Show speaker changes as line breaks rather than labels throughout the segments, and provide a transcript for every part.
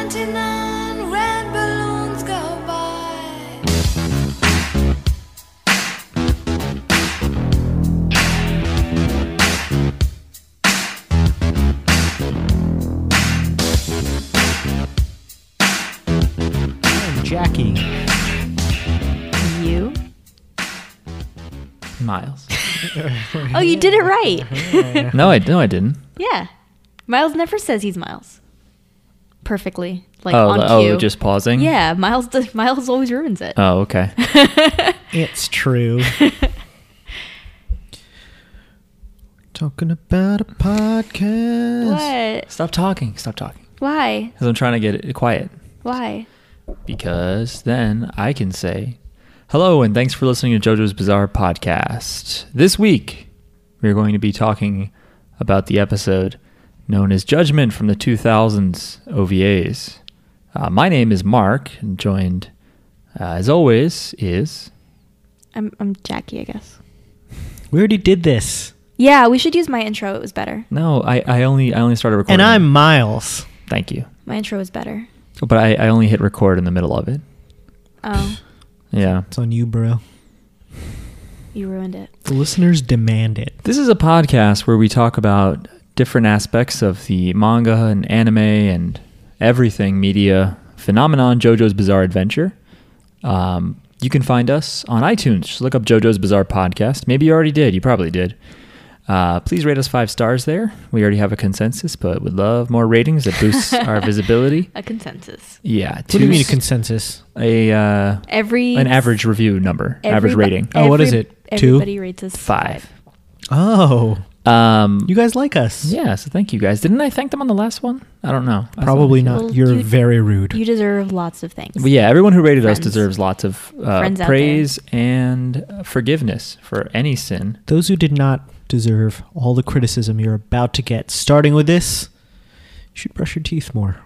29 red balloons go by.
I'm Jackie
You?
Miles.
Oh, you did it right.
No, I no, I didn't.
Yeah. Miles never says he's Miles. Perfectly. Like
oh,
on
the-
cue.
oh, just pausing.
Yeah, Miles does, Miles always ruins it.
Oh, okay.
It's true. Talking about a podcast.
what?
Stop talking. Stop talking.
Why?
Because I'm trying to get it quiet.
Why?
Because then I can say, hello and thanks for listening to JoJo's Bizarre Podcast. This week, we're going to be talking about the episode known as Judgment from the 2000s OVAs. Uh, my name is Mark, and joined, uh, as always, is.
I'm I'm Jackie, I guess.
We already did this.
Yeah, we should use my intro. It was better.
No, I, I only I only started recording.
And I'm Miles.
Thank you.
My intro was better.
But I, I only hit record in the middle of it.
Oh,
Yeah.
It's on you, bro.
you ruined it.
The listeners demand it.
This is a podcast where we talk about different aspects of the manga and anime and everything media phenomenon JoJo's Bizarre Adventure. Um, you can find us on iTunes. Just look up JoJo's Bizarre Podcast. Maybe you already did. You probably did. Uh, please rate us five stars there. We already have a consensus, but would love more ratings. It boosts our visibility.
A consensus.
Yeah.
What do you mean a
two-
consensus?
a uh,
Every
an average review number, average
everybo-
rating.
Oh, what is
every-
it? Two?
Everybody rates us
Five.
Oh,
Um,
you guys like us?
yeah, so thank you guys. Didn't I thank them on the last one? I don't know. I
Probably
thought-
not.
Well,
You're
you-
very rude.
You deserve lots of thanks.
But yeah, everyone who rated
Friends.
us deserves lots of uh,
Friends out there.
praise and uh, forgiveness for any sin.
Those who did not deserve all the criticism you're about to get, starting with this, you should brush your teeth more.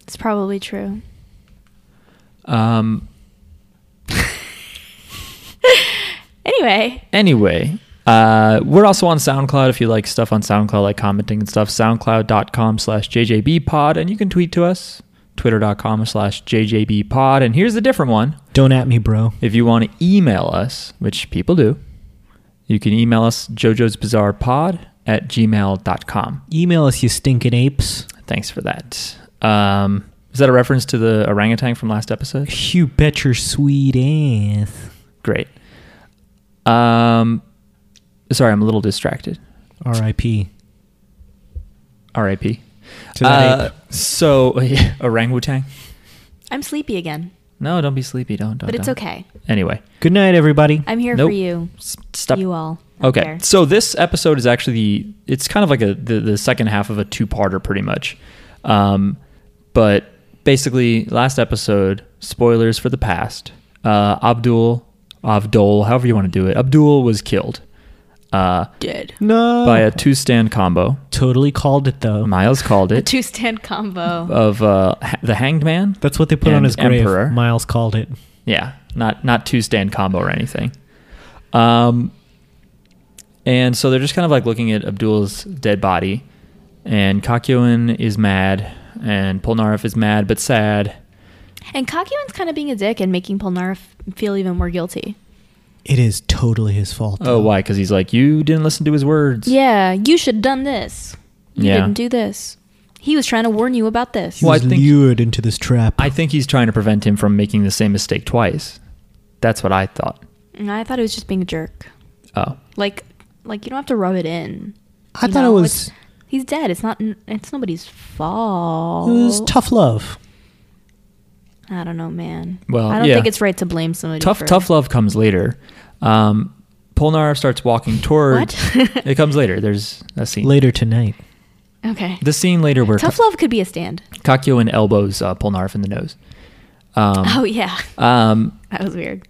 It's probably true.
Um,
Anyway,
anyway, uh, we're also on SoundCloud if you like stuff on SoundCloud, like commenting and stuff. SoundCloud.com slash JJBpod. And you can tweet to us, twitter.com slash JJBpod. And here's the different one.
Don't at me, bro.
If you want to email us, which people do, you can email us Jojo's Bizarre Pod at gmail.com.
Email us, you stinking apes.
Thanks for that. Um, is that a reference to the orangutan from last episode?
You bet your sweet ass.
Great. Um, sorry, I'm a little distracted.
R.I.P.
R.I.P.
to that
Uh,
ape.
so, orangutan?
I'm sleepy again,
No, don't be sleepy. Don't, don't.
but it's
don't.
okay.
Anyway,
Good night, everybody.
I'm here
Nope.
for you,
s- stop.
you all. out
Okay.
there.
So this episode is actually the it's kind of like a the, the second half of a two-parter pretty much. Um, but basically last episode, spoilers for the past. Uh, Abdul Abdul, however you want to do it. Abdul was killed uh,
Did
no.
by
Oh.
a two-stand combo.
totally called it, though.
Miles called
a
it
two stand combo?
of uh, ha- the hanged man.
That's what they put on
And
his grave.
Emperor.
Miles called it.
Yeah, not not two stand combo or anything. Um, and so they're just kind of like looking at Abdul's dead body, and Kakyoin is mad, and Polnareff is mad but sad.
and Kakuyan's kind of being a dick and making Polnareff feel even more guilty.
It is totally his fault.
Oh, why? Because he's like, you didn't listen to his words.
Yeah, you should done this. You
Yeah.
didn't do this. He was trying to warn you about this.
He
Well, I
was
think-
lured into this trap.
I think he's trying to prevent him from making the same mistake twice. That's what I thought.
And I thought it was just being a jerk.
Oh,
Like, like you don't have to rub it in.
I
You
thought
know,
it was
it's- He's dead. It's not. It's nobody's
it
fault.
Oh.
was tough love.
I don't know, man.
Well,
I don't
yeah.
think it's right to blame somebody.
tough
for,
tough love comes later. Um, Polnareff starts walking toward.
What?
it comes later. There's a scene.
Later tonight.
Okay.
The scene later where
tough love could be a stand.
Kakyo and elbows uh, Polnareff in the nose. Um,
Oh yeah,
um,
that was weird.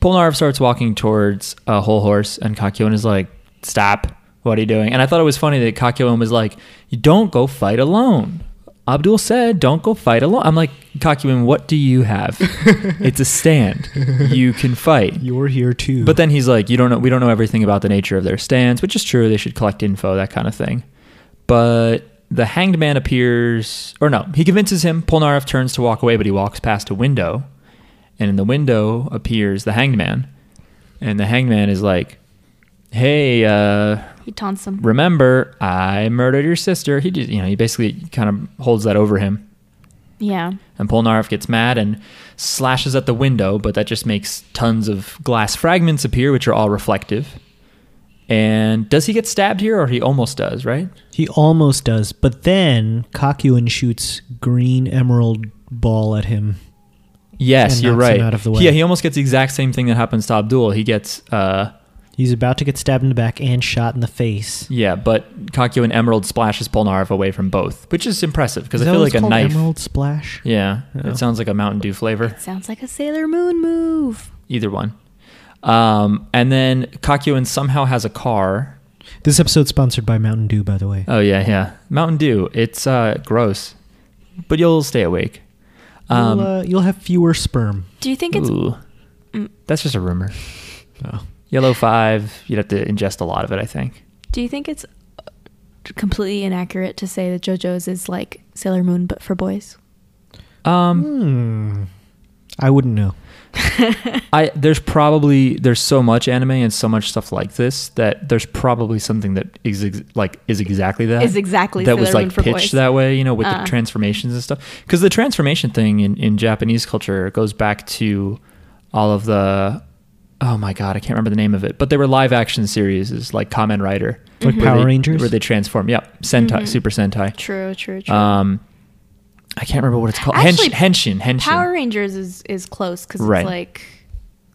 Polnareff starts walking towards a whole horse, and Kakyoin is like, "Stop! What are you doing?" And I thought it was funny that Kakyoin was like, "You don't go fight alone." Abdul said, "Don't go fight alone." I'm like, Kakyoin, what do you have? it's a stand. You can fight.
You're here too.
But then he's like, "You don't know. We don't know everything about the nature of their stands, which is true. They should collect info, that kind of thing." But the hanged man appears, or no, he convinces him. Polnareff turns to walk away, but he walks past a window, and in the window appears the hanged man, and the hanged man is like, "Hey, uh,
He taunts him.
remember I murdered your sister." He just, you know, he basically kind of holds that over him,
yeah.
and Polnareff gets mad and slashes at the window, but that just makes tons of glass fragments appear, which are all reflective. And does he get stabbed here, or he almost does, right?
He almost does, but then Kakuin shoots green emerald ball at him.
Yes,
and
you're
knocks
right.
him out of the way.
Yeah, he almost gets the exact same thing that happens to Abdul. He gets, uh,
He's about to get stabbed in the back and shot in the face.
yeah, but Kakyo and Emerald splashes Polnareff away from both, which is impressive because
Is
I
that
feel
what
like
it's
a
called?
knife.
Emerald splash.
Yeah,
Oh.
it sounds like a Mountain Dew flavor.
Sounds like a Sailor Moon move.
Either one. Um, and then Kakyoin somehow has a car.
This episode's sponsored by Mountain Dew, by the way.
Oh yeah, yeah, Mountain Dew. It's uh, gross, but you'll stay awake. Um,
you'll, uh, you'll have fewer sperm.
Do you think it's
ooh.
Mm.
that's just a rumor.
Oh.
Yellow five. You'd have to ingest a lot of it, I think.
do you think it's uh, completely inaccurate to say that JoJo's is like Sailor Moon but for boys?
Um,
Hmm. I wouldn't know.
I there's probably there's so much anime and so much stuff like this that there's probably something that is ex- like is exactly that
Is exactly
that
Sailor
was like
Moon for
pitched
boys.
that way, you know, with
Uh.
the transformations and stuff. Because the transformation thing in in Japanese culture goes back to all of the oh my god, I can't remember the name of it, but they were live action series is like Kamen Rider,
Mm-hmm.
Like
where
Power
they-
Rangers?
where they transform. Yep, Sentai,
Mhm.
Super Sentai.
True, true, true.
Um, I can't remember what it's called.
Actually,
Henshin, Henshin, Henshin.
Power Rangers is is close because
Right.
it's like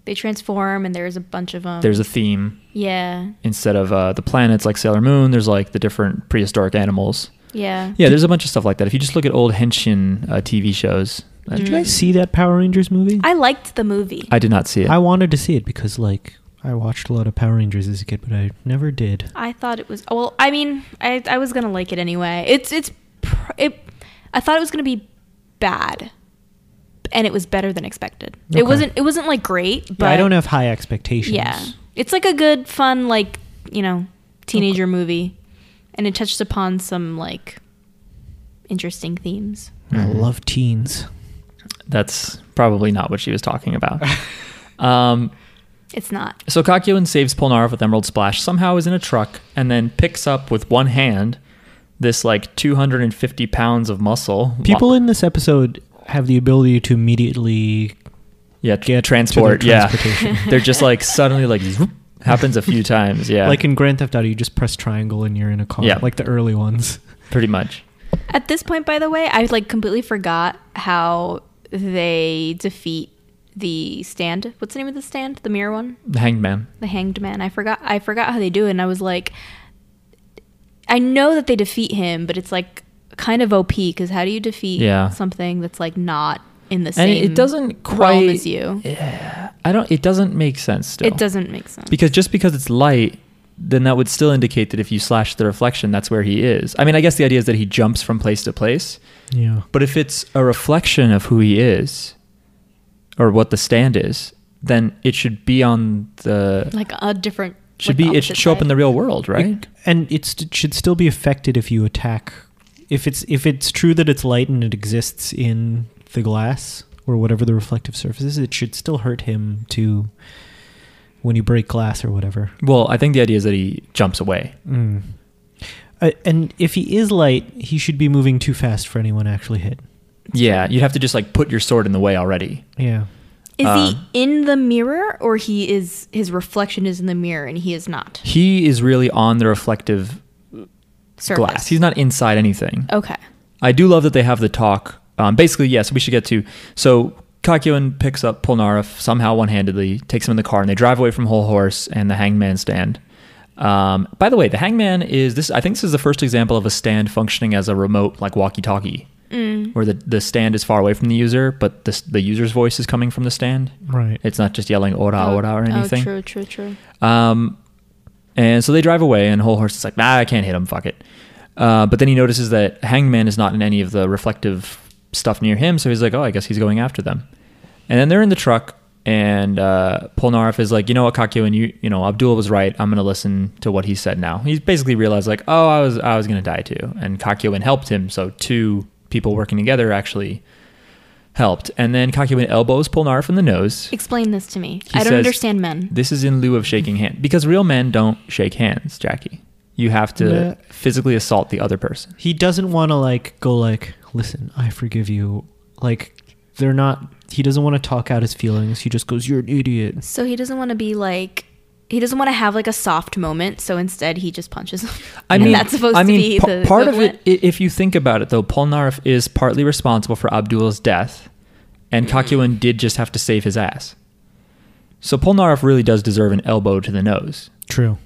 they transform and there's a bunch of them.
there's a theme.
yeah,
instead of uh, the planets like Sailor Moon, there's like the different prehistoric animals.
yeah,
Yeah, there's a bunch of stuff like that. If you just look at old Henshin uh, TV shows, uh,
Did you guys see that Power Rangers movie?
I liked the movie.
I did not see it.
I wanted to see it because, like, I watched a lot of Power Rangers as a kid, but I never did.
I thought it was well. I mean, I I was gonna like it anyway. It's it's pr- it. I thought it was gonna be bad, and it was better than expected.
Okay.
It wasn't. It wasn't like great, but
I don't have high expectations.
Yeah, it's like a good, fun, like you know, teenager movie, and it touched upon some like interesting themes.
I
Mm-hmm.
love teens.
That's probably not what she was talking about. um,
It's not.
so Kakyoin saves Polnareff with Emerald Splash, somehow is in a truck, and then picks up with one hand this like 250 pounds of muscle.
People in this episode have the ability to immediately
yeah,
get
transport.
to their
Yeah,
transportation.
they're just like suddenly like zoop, happens a few times. Yeah,
Like in Grand Theft Auto, you just press triangle and you're in a car.
Yeah.
Like the early ones.
pretty much.
At this point, by the way, I like completely forgot how they defeat the stand. What's the name of the stand? The mirror one.
The hanged man.
the hanged man. I forgot I forgot how they do it and I was like I know that they defeat him, but it's like kind of OP cuz how do you defeat
Yeah.
something that's like not in the
and
same
it- it doesn't
realm
quite
as you?
I don't. It doesn't make sense. Still,
It doesn't make sense.
because just because it's light, then that would still indicate that if you slash the reflection, that's where he is. I mean, I guess the idea is that he jumps from place to place,
Yeah.
but if it's a reflection of who he is, or what the stand is, then it should be on the
like a different
should
like,
be it should
opposite
show up in
side.
the real world, right?
It- and it's, it should still be affected if you attack. If it's if it's true that it's light and it exists in the glass or whatever the reflective surface is, it should still hurt him to when you break glass or whatever.
well, I think the idea is that he jumps away.
Mm. Uh, and if he is light, he should be moving too fast for anyone actually hit.
Yeah, you'd have to just like put your sword in the way already.
Yeah.
Is
um,
he in the mirror or he is his reflection is in the mirror and he is not?
He is really on the reflective
Surface.
glass. He's not inside anything.
Okay.
I do love that they have the talk. Um, basically, yes, we should get to. So Kakyoin picks up Polnareff somehow one handedly, takes him in the car, and they drive away from Whole Horse and the Hangman stand. Um, by the way, the Hangman is this. I think this is the first example of a stand functioning as a remote, like walkie-talkie,
Mm.
where the, the stand is far away from the user, but the the user's voice is coming from the stand.
Right.
It's not just yelling "ora ora" or anything.
Oh, true, true, true.
Um, and so they drive away, and Whole Horse is like, nah, I can't hit him, fuck it. Uh, but then he notices that Hangman is not in any of the reflective stuff near him, so he's like, oh, I guess he's going after them. And then they're in the truck, and uh, Polnareff is like, you know what, Kakyoin, you you know Abdul was right. I'm gonna listen to what he said now. He's basically realized like, oh, I was I was gonna die too, and Kakyoin helped him. So two people working together actually helped. And then Kakyoin elbows Polnareff in the nose.
Explain this to me.
He
I don't
says,
understand men.
This is in lieu of shaking hands because real men don't shake hands, Jackie. You have to
Nah.
physically assault the other person.
He doesn't want to like go like, listen, I forgive you. Like they're not. He doesn't want to talk out his feelings. He just goes, "You're an idiot."
So he doesn't want to be like he doesn't want to have like a soft moment. So instead, he just punches him. And that's supposed
I mean,
to be
pa-
the
part of
equivalent.
it. i- If you think about it, though, Polnareff is partly responsible for Abdul's death, and Kakyoin did just have to save his ass. So Polnareff really does deserve an elbow to the nose.
True.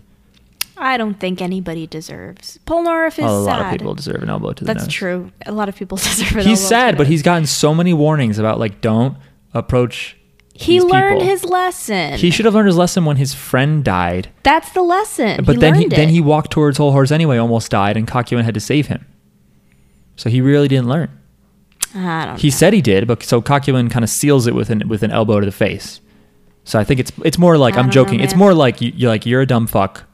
I don't think anybody deserves. Polnareff is
a lot
sad.
of people deserve an elbow to the
That's
nose.
true. A lot of people deserve it.
He's sad, but he's gotten so many warnings about like don't approach.
he
these
learned
people.
his lesson.
He should have learned his lesson when his friend died.
That's the lesson.
But then he
learned
then
it.
he walked towards Whole Horse anyway, almost died, and Kakyoin had to save him. So he really didn't learn.
I don't.
He
know.
said he did, but so Kakyoin kind of seals it with an with an elbow to the face. So I think it's it's more like
I
I'm
don't know,
joking. it's
man.
more like you, you're like you're a dumb fuck.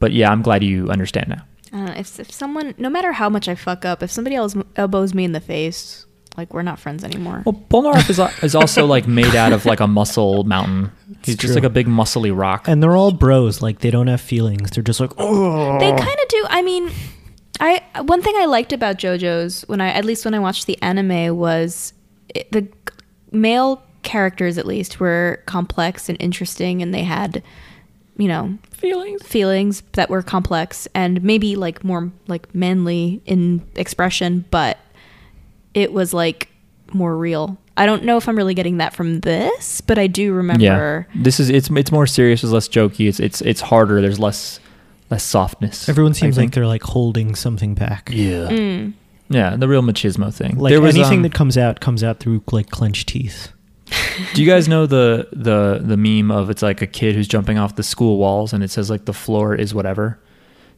But yeah, I'm glad you understand now.
I don't know. If, if someone, no matter how much I fuck up, if somebody else elbows me in the face, like we're not friends anymore.
Well, Polnareff is al- is also like made out of like a muscle mountain. He's just
true.
like a big muscly rock.
And they're all bros. Like they don't have feelings. They're just like, oh.
They kind of do. I mean, I one thing I liked about JoJo's when I at least when I watched the anime was it, the male characters at least were complex and interesting, and they had you know
feelings.
feelings that were complex and maybe like more like manly in expression, but it was like more real. I don't know if I'm really getting that from this, but I do remember.
Yeah, this is it's it's more serious. It's less jokey. It's it's it's harder. There's less less softness.
Everyone seems
I
like
think.
they're like holding something back.
yeah
Mm.
yeah the real machismo thing.
Like
there was
anything
um,
that comes out comes out through like clenched teeth.
Do you guys know the the the meme of it's like a kid who's jumping off the school walls and it says like the floor is whatever.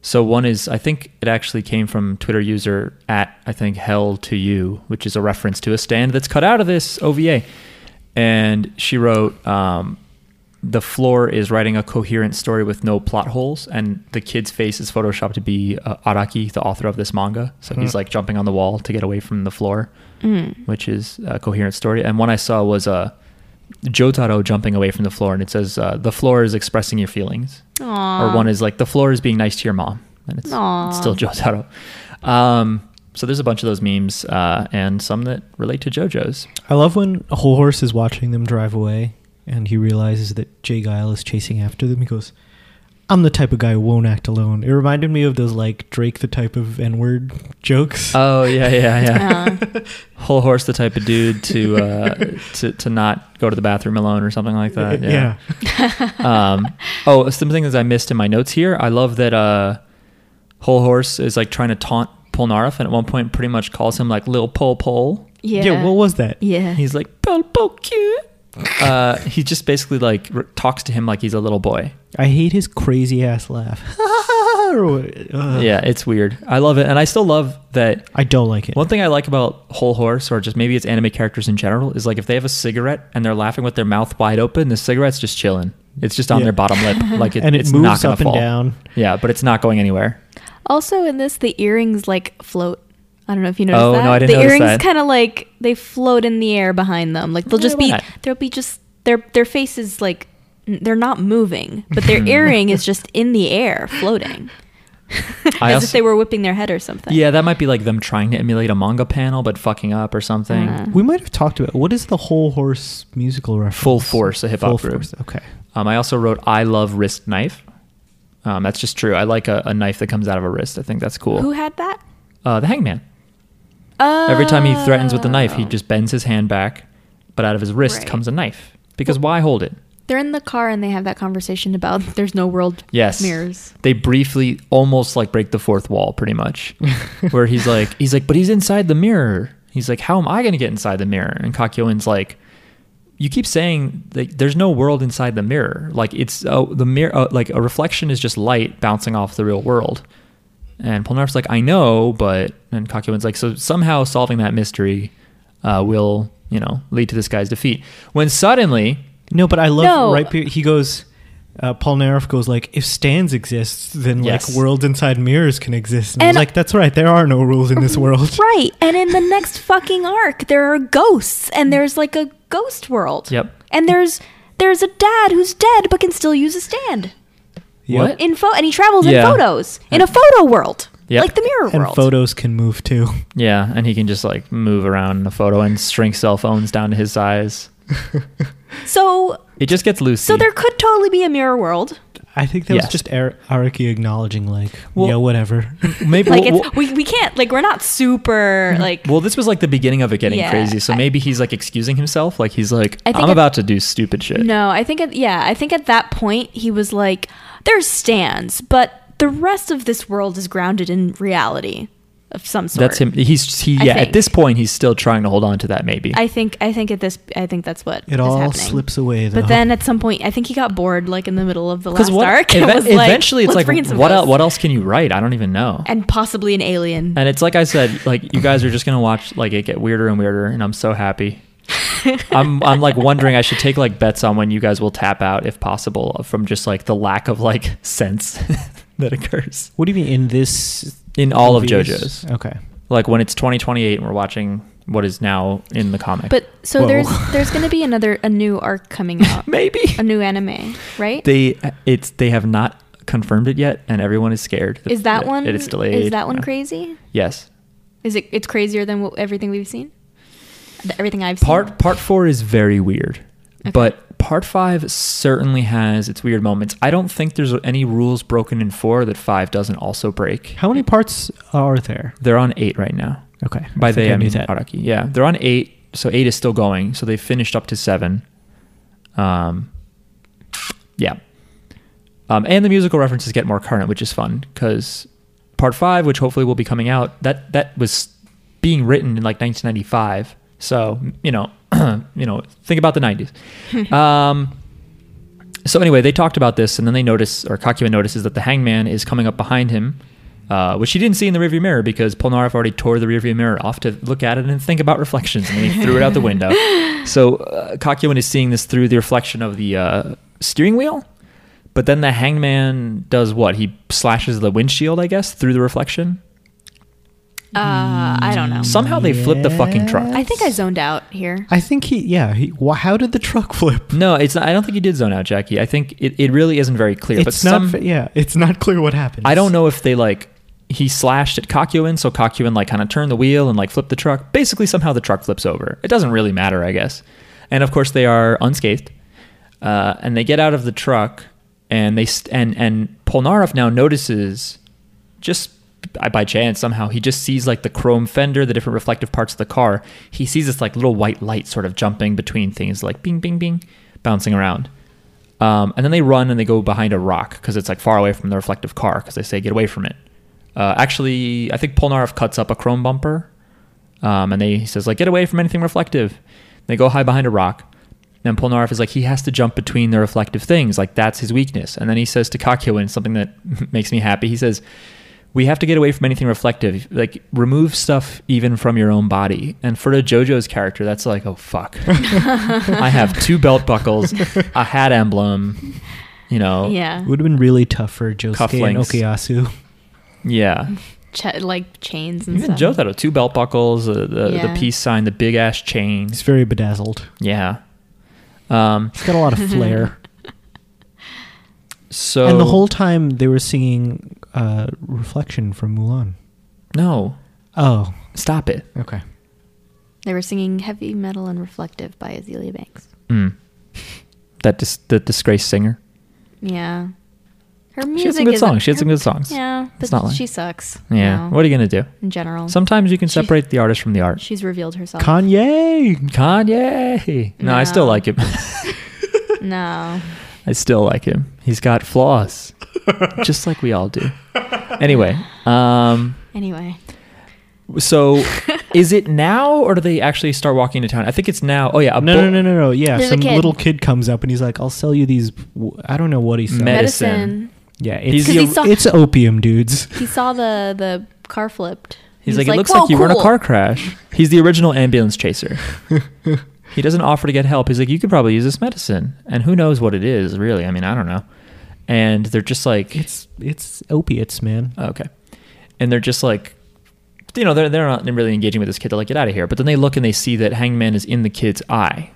So one is I think it actually came from Twitter user at I think hell to you, which is a reference to a stand that's cut out of this OVA. And she wrote, um, "The floor is writing a coherent story with no plot holes." And the kid's face is photoshopped to be uh, Araki, the author of this manga. So he's
Hmm.
like jumping on the wall to get away from the floor
Mm.
which is a coherent story. And one I saw was uh, Jotaro jumping away from the floor, and it says, uh, The floor is expressing your feelings.
Aw.
Or one is like, The floor is being nice to your mom. And it's,
Aw.
it's still Jotaro. Um, so there's a bunch of those memes uh, and some that relate to JoJo's.
I love when a whole horse is watching them drive away and he realizes that Jay Guile is chasing after them. He goes, I'm the type of guy who won't act alone. It reminded me of those like Drake the type of N word jokes.
Oh, yeah, yeah, yeah.
Uh,
Whole horse, the type of dude to, uh, to, to not go to the bathroom alone or something like that. Yeah. um, oh, some things I missed in my notes here. I love that uh, Whole Horse is like trying to taunt Polnareff, and at one point, pretty much calls him like Lil Pol Pol.
yeah.
yeah.
what was that?
yeah.
He's like Pol Pol cute. Uh, he just basically like r- talks to him like he's a little boy.
I hate his crazy ass laugh. Or what- Ugh.
Yeah, it's weird. I love it, and I still love that.
I don't like it.
One thing I like about Whole Horse, or just maybe it's anime characters in general, is like if they have a cigarette and they're laughing with their mouth wide open, the cigarette's just chilling. It's just on
Yeah.
their bottom lip, like it,
and it
it's not
moves
gonna
up and
fall.
down.
Yeah, but it's not going anywhere.
Also in this, the earrings like float. I don't know if you noticed
Oh,
that.
no, I didn't
the
notice that.
earrings kind of like they float in the air behind them. Like they'll
Yeah,
just
why
be
not?
there'll be just their their faces like n- they're not moving, but their earring is just in the air floating. As
I
if
also-
they were whipping their head or something.
Yeah, that might be like them trying to emulate a manga panel but fucking up or something.
Uh.
We might have talked about what is the whole horse musical reference?
Full Force, a hip hop
Full
group.
Force, Okay.
Um, I also wrote I love wrist knife. Um, that's just true. I like a, a knife that comes out of a wrist. I think that's cool.
Who had that?
uh, the hangman.
Uh,
Every time he threatens with the knife, he just bends his hand back, but out of his wrist
Oh. Right.
comes a knife. Because why hold it?
They're in the car and they have that conversation about there's no world
Yes.
mirrors.
They briefly almost like break the fourth wall pretty much. where he's like he's like, but he's inside the mirror. He's like, How am I gonna get inside the mirror? And Kakyoin's like, You keep saying like there's no world inside the mirror. Like it's oh the mirror uh, like a reflection is just light bouncing off the real world. And Polnareff's like, I know, but and Kakyoin's like, so somehow solving that mystery uh, will, you know, lead to this guy's defeat. When suddenly
No, but I love
No.
right. pe- He goes. Uh, Paul Nareff goes like, if stands exist, then
Yes.
like worlds inside mirrors can exist. And, I was
And-
like, that's right. There are no rules in this world.
Right. And in the next fucking arc, there are ghosts and there's like a ghost world.
Yep.
And there's there's a dad who's dead but can still use a stand.
What?
In pho- and he travels
Yeah.
in photos. In a photo world.
Yep.
Like the mirror
And
world.
photos can move too.
Yeah, and he can just like move around in the photo and shrink cell phones down to his size.
so
It just gets loose.
so there could totally be a mirror world.
I think that
Yes.
was just Ar- Araki acknowledging like,
Well-
yeah, whatever.
maybe
Like
well,
it's we, we can't like we're not super like
well, this was like the beginning of it getting
Yeah,
crazy. So
I-
maybe he's like excusing himself, like he's like,
I think
I'm
it-
about to do stupid shit.
No, I think at, yeah, I think at that point he was like, "There's stands, but the rest of this world is grounded in reality of some sort."
That's him. He's he.
I
Yeah, at
think.
this point, he's still trying to hold on to that. Maybe.
I think I think at this I think that's what
It
is
all
happening.
slips away, though.
But then at some point, I think he got bored, like in the middle of the last
what?
arc. and
eve-
was like,
eventually,
"Let's
it's
bring in
like
some
what? el-
ghosts."
What else can you write? I don't even know.
And possibly an alien.
And it's like I said, like you guys are just gonna watch like it get weirder and weirder, and I'm so happy. I'm I'm like wondering I should take like bets on when you guys will tap out if possible from just like the lack of like sense that occurs
what do you mean in this?
in all of
movies?
JoJo's.
Okay.
Like when it's 2028 and we're watching what is now in the comic.
but so
Oh.
Whoa.
there's there's going to be another a new arc coming out,
maybe
a new anime, right?
they it's they have not confirmed it yet, and everyone is scared.
is that one
It's delayed.
Is that one
Yeah.
crazy?
Yes.
Is it? It's crazier than what, everything we've seen. Th- Everything I've seen.
Part part four is very weird,
Okay.
but part five certainly has its weird moments. I don't think there's any rules broken in four that five doesn't also break.
How many parts are there?
They're on eight right now.
Okay.
By
I think
they, I
knew
mean Araki. Yeah, they're on eight, so eight is still going. So they finished up to seven. Um, yeah. Um, and the musical references get more current, which is fun because part five, which hopefully will be coming out, that that was being written in like 1995. So you know, you know, think about the 90s. um, so anyway, they talked about this, and then they notice, or Kakuma notices that the hangman is coming up behind him, uh, which he didn't see in the rearview mirror because Polnareff already tore the rearview mirror off to look at it and think about reflections, and then he threw it out the window. So uh, Kakyoin is seeing this through the reflection of the uh, steering wheel, but then the hangman does what? He slashes the windshield, I guess, through the reflection.
Uh, I don't know.
Somehow they flip the fucking truck.
I think I zoned out here.
I think he. Yeah. He, wh- how did the truck flip?
No, it's. Not, I don't think he did zone out, Jackie. I think it, it really isn't very clear. but
it's not.
some,
fa- yeah. It's not clear what happened.
I don't know if they like he slashed at Kakuin, so Kakuin like kind of turned the wheel and like flipped the truck. Basically, somehow the truck flips over. It doesn't really matter, I guess. And of course, they are unscathed, uh, and they get out of the truck, and they st- and and Polnareff now notices, just by- by chance somehow he just sees like the chrome fender, the different reflective parts of the car. He sees this like little white light sort of jumping between things, like bing, bing, bing, bouncing around. Um, and then they run and they go behind a rock because it's like far away from the reflective car because they say get away from it. Uh, actually, I think Polnareff cuts up a chrome bumper, um, and they he says like get away from anything reflective. They go hide behind a rock. And Polnareff is like he has to jump between the reflective things, like that's his weakness. And then he says to Kakyoin something that makes me happy. He says, "We have to get away from anything reflective. Like remove stuff even from your own body." And for a JoJo's character, that's like oh fuck. I have two belt buckles, a hat emblem, you know.
Yeah.
It would have been really tough for Josuke and
Cufflinks.
Okuyasu.
Yeah.
Ch- like chains and
Even
stuff.
Joe had two belt buckles, uh, the,
Yeah.
the peace sign, the big ass chain.
He's very bedazzled.
Yeah. Um,
He's got a lot of flair.
so.
and the whole time they were singing uh, "Reflection" from Mulan.
No.
Oh.
Stop it.
Okay.
They were singing Heavy Metal and Reflective by Azealia Banks.
Mm. That dis- the disgraced singer.
Yeah. Her music
She had some good
isn't-
songs. She had some
her-
good songs.
Yeah,
It's
but
not like-
she sucks.
Yeah.
now,
What are you going to do?
in general.
Sometimes you can
She-
separate the artist from the art.
she's revealed herself.
Kanye.
Kanye. No, I still
No.
like him.
no.
I still like him. He's got flaws, just like we all do. Anyway, um,
Anyway.
so is it now, or do they actually start walking to town? I think it's now. Oh yeah, a
No,
bull-
no, no, no, no. Yeah,
There's a
some
kid.
little kid comes up and he's like, "I'll sell you these." w- I don't know what he sells.
Medicine.
Yeah, it's,
He's the- 'Cause
he saw-
it's opium, dudes.
He saw the the car flipped.
He's
He
like,
was
it looks
"Whoa,
like you were in a
cool."
car crash. He's the original ambulance chaser. He doesn't offer to get help. He's like, you could probably use this medicine, and who knows what it is, really. I mean, I don't know. And they're just like,
It's it's opiates, man.
Oh, okay, and they're just like, you know, they're they're not really engaging with this kid. They're like, get out of here. But then they look and they see that Hangman is in the kid's eye.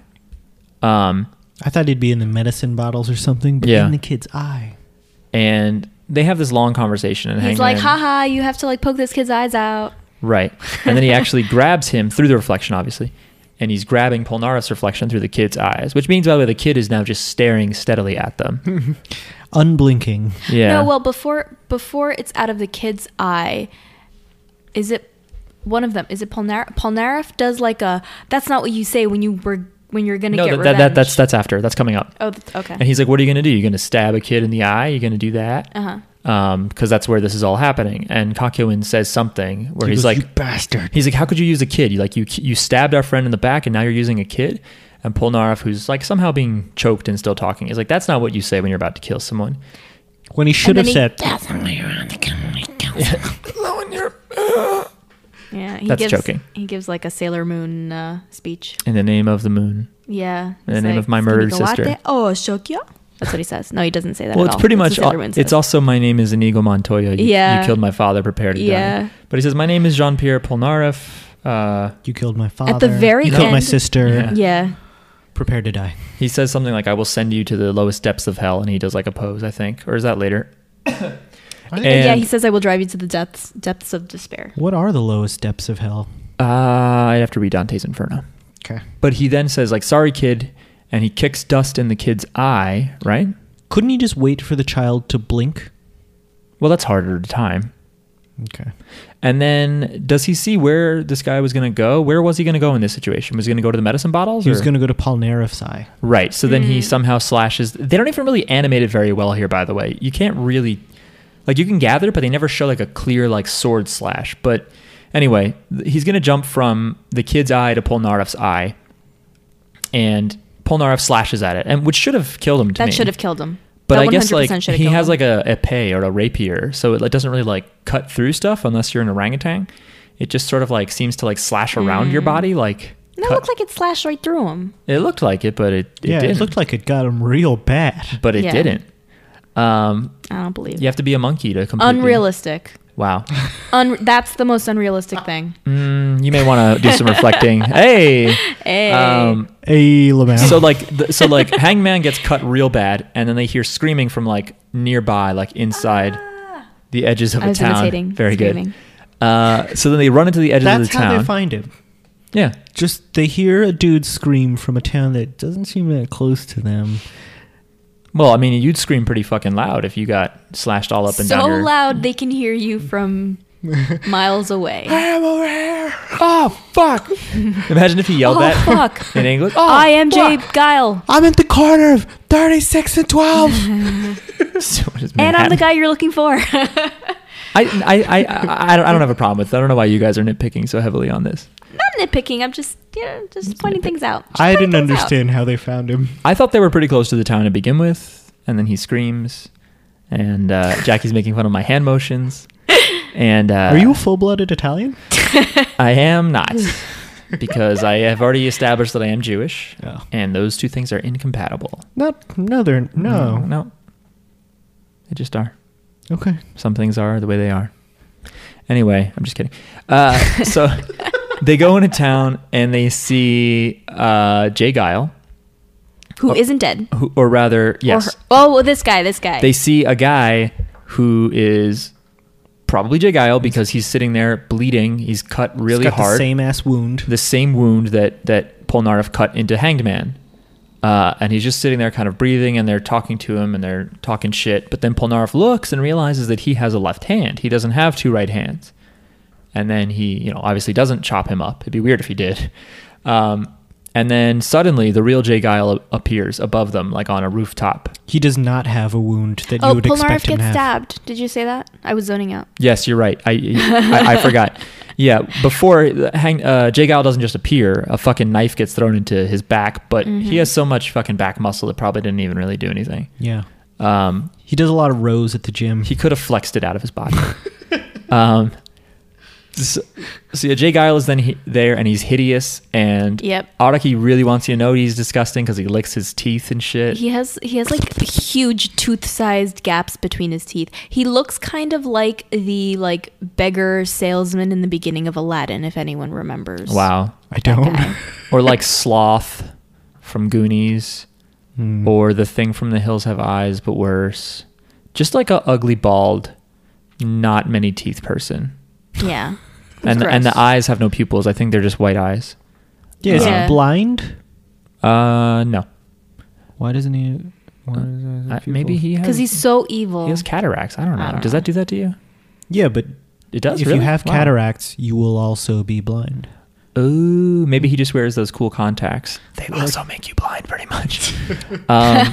Um,
I thought it'd be in the medicine bottles or something, but
Yeah.
in the kid's eye.
and they have this long conversation. And
He's
Hangman,
like, haha, you have to like poke this kid's eyes out.
Right. And then he actually grabs him through the reflection, obviously. And he's grabbing Polnareff's reflection through the kid's eyes, which means, by the way, the kid is now just staring steadily at them.
Unblinking.
Yeah.
No, well, before before it's out of the kid's eye, is it one of them? Is it Polnareff? Polnareff does like a. That's not what you say when you were when you're gonna
no,
get
that, that,
revenge.
that, that's, that's after. That's coming up.
Oh, th- okay.
And he's like, What are you going to do? You're going to stab a kid in the eye? You're going to do that?
uh huh.
Because that's where this is all happening. And Kakyoin says something where
He
he's
goes,
like,
"You bastard.
He's like, how could you use a kid? You like you you stabbed our friend in the back, and now you're using a kid. And Polnareff, who's like somehow being choked and still talking, is like, that's not what you say when you're about to kill someone.
When he should have
then
said,
he- Yeah, he
That's
gives,
joking.
He gives like a Sailor Moon uh, speech.
In the name of the moon.
Yeah.
In the
he's
name
like,
of my
"It's gonna
murdered
be a latte."
sister.
Oh, shokyo. That's what he says. No, he doesn't say that.
Well,
at
it's
all.
pretty
That's
much.
what Sailor Moon
All, it's
says.
also my name is Inigo Montoya. You,
Yeah.
you killed my father. Prepare to
Yeah.
die. But he says my name is Jean Pierre Polnareff. Uh,
"You killed my father.
very
you killed my
end-
sister.
Yeah.
Yeah.
Prepare to die."
he says something like, "I will send you to the lowest depths of hell," and he does like a pose, I think, or is that later?
yeah,
And-
he says, "I will drive you to the depths depths of despair."
What are the lowest depths of hell?
Uh, I'd have to read Dante's Inferno.
Okay.
But he then says like, "Sorry, kid," and he kicks dust in the kid's eye. Right.
Couldn't he just wait for the child to blink?
Well, that's harder to time.
Okay.
And then, does he see where this guy was going to go? Where was he going to go in this situation? Was he going to go to the medicine bottles?
He was
or-
going to go to Polnareff's eye.
Right. So then
Mm.
he somehow slashes. They don't even really animate it very well here, by the way. You can't really, like, you can gather, but they never show like a clear like sword slash. But anyway, th- he's gonna jump from the kid's eye to Polnareff's eye, and Polnareff slashes at it, and which should have killed him. To
That
me.
should have killed him.
But
that
I guess like
100% should have
he
killed
has
him.
like a epee or a rapier, so it like, doesn't really like cut through stuff unless you're an orangutan. It just sort of like seems to like slash around your body, like.
No, it
cut-
Mm. looked like it slashed right through him.
it looked like it, but it, it
yeah,
didn't.
it looked like it got him real bad.
but it
Yeah.
didn't. Um,
I don't believe.
you have to be a monkey to completely
Unrealistic.
Wow,
Un- that's the most unrealistic thing.
mm, you may want to do some reflecting. Hey,
Hey.
Um,
A Lamau.
so like, the, so like, Hangman gets cut real bad, and then they hear screaming from like nearby, like inside the edges of
Ah. I
a
was
town.
imitating
Very
screaming.
good. Uh, so then they run into the edges of
that's
the
how
town.
they find him.
yeah,
Just they hear a dude scream from a town that doesn't seem that close to them.
well, I mean, you'd scream pretty fucking loud if you got slashed all up and
so
down. your-
loud they can hear you from miles away.
Oh fuck! Imagine if he yelled
Oh,
that
fuck.
in English.
I am Jay Guile,
I'm at the corner of 36 and 12.
So what
and I'm
is
the
Manhattan?
guy you're looking for.
I, I, I, I, I, don't, I don't have a problem with it. I don't know why you guys are nitpicking so heavily on this.
Not nitpicking. I'm just, you know, just pointing things out. Just
I
pointing
didn't
things out.
understand how they found him.
I thought they were pretty close to the town to begin with, and then he screams, and uh, Jackie's making fun of my hand motions, and uh,
Are you a full-blooded Italian?
I am not, because I have already established that I am Jewish,
Oh.
and those two things are incompatible.
Not no they're no.
Mm, no, they just are.
Okay.
Some things are the way they are. Anyway, I'm just kidding. Uh, so they go into town and they see uh, Jay Guile,
Who not dead?
who, or rather, Oh. yes,
Or her- oh, well, this guy. This guy.
they see a guy who is probably Jay Guile because he's sitting there bleeding. He's cut
He's
really
got
hard.
The same ass wound.
the same wound that that Polnareff cut into Hanged Man. Uh, and he's just sitting there, kind of breathing, and they're talking to him and they're talking shit. But then Polnareff looks and realizes that he has a left hand. He doesn't have two right hands. And then he, you know, obviously doesn't chop him up. It'd be weird if he did. Um, and then suddenly the real Jay Guile appears above them, like on a rooftop.
He does not have a wound that
oh,
you would
Polnareff
expect him
gets
to have.
stabbed. Did you say that? I was zoning out.
Yes, you're right. I I, I forgot. Yeah, before hang, uh, Jay Guile doesn't just appear. A fucking knife gets thrown into his back, but he has so much fucking back muscle that probably didn't even really do anything.
Yeah.
Um,
He does a lot of rows at the gym.
he could have flexed it out of his body. um, So, so yeah, Jay Guile is then he, there, and he's hideous. And
Yep.
Araki really wants you to know he's disgusting because he licks his teeth and shit.
He has he has like huge tooth-sized gaps between his teeth. He looks kind of like the like beggar salesman in the beginning of Aladdin, if anyone remembers.
wow.
I don't.
guy.
Or like Sloth from Goonies,
Hmm.
or the thing from The Hills Have Eyes, but worse. Just like a ugly, bald, not many teeth person.
Yeah.
And and the
eye.
eyes have no pupils. I think they're just white eyes.
yeah, is
Yeah.
he blind?
Uh, no.
Why doesn't he? Why does he have
Uh, I-
pupils?
maybe he has
Because he's so evil.
he has cataracts. I don't know.
I don't
does
know.
that do that to you?
Yeah, but
It does.
if
really?
you have
Wow.
cataracts, you will also be blind.
Ooh, maybe he just wears those cool contacts. They also make you blind, pretty much. um,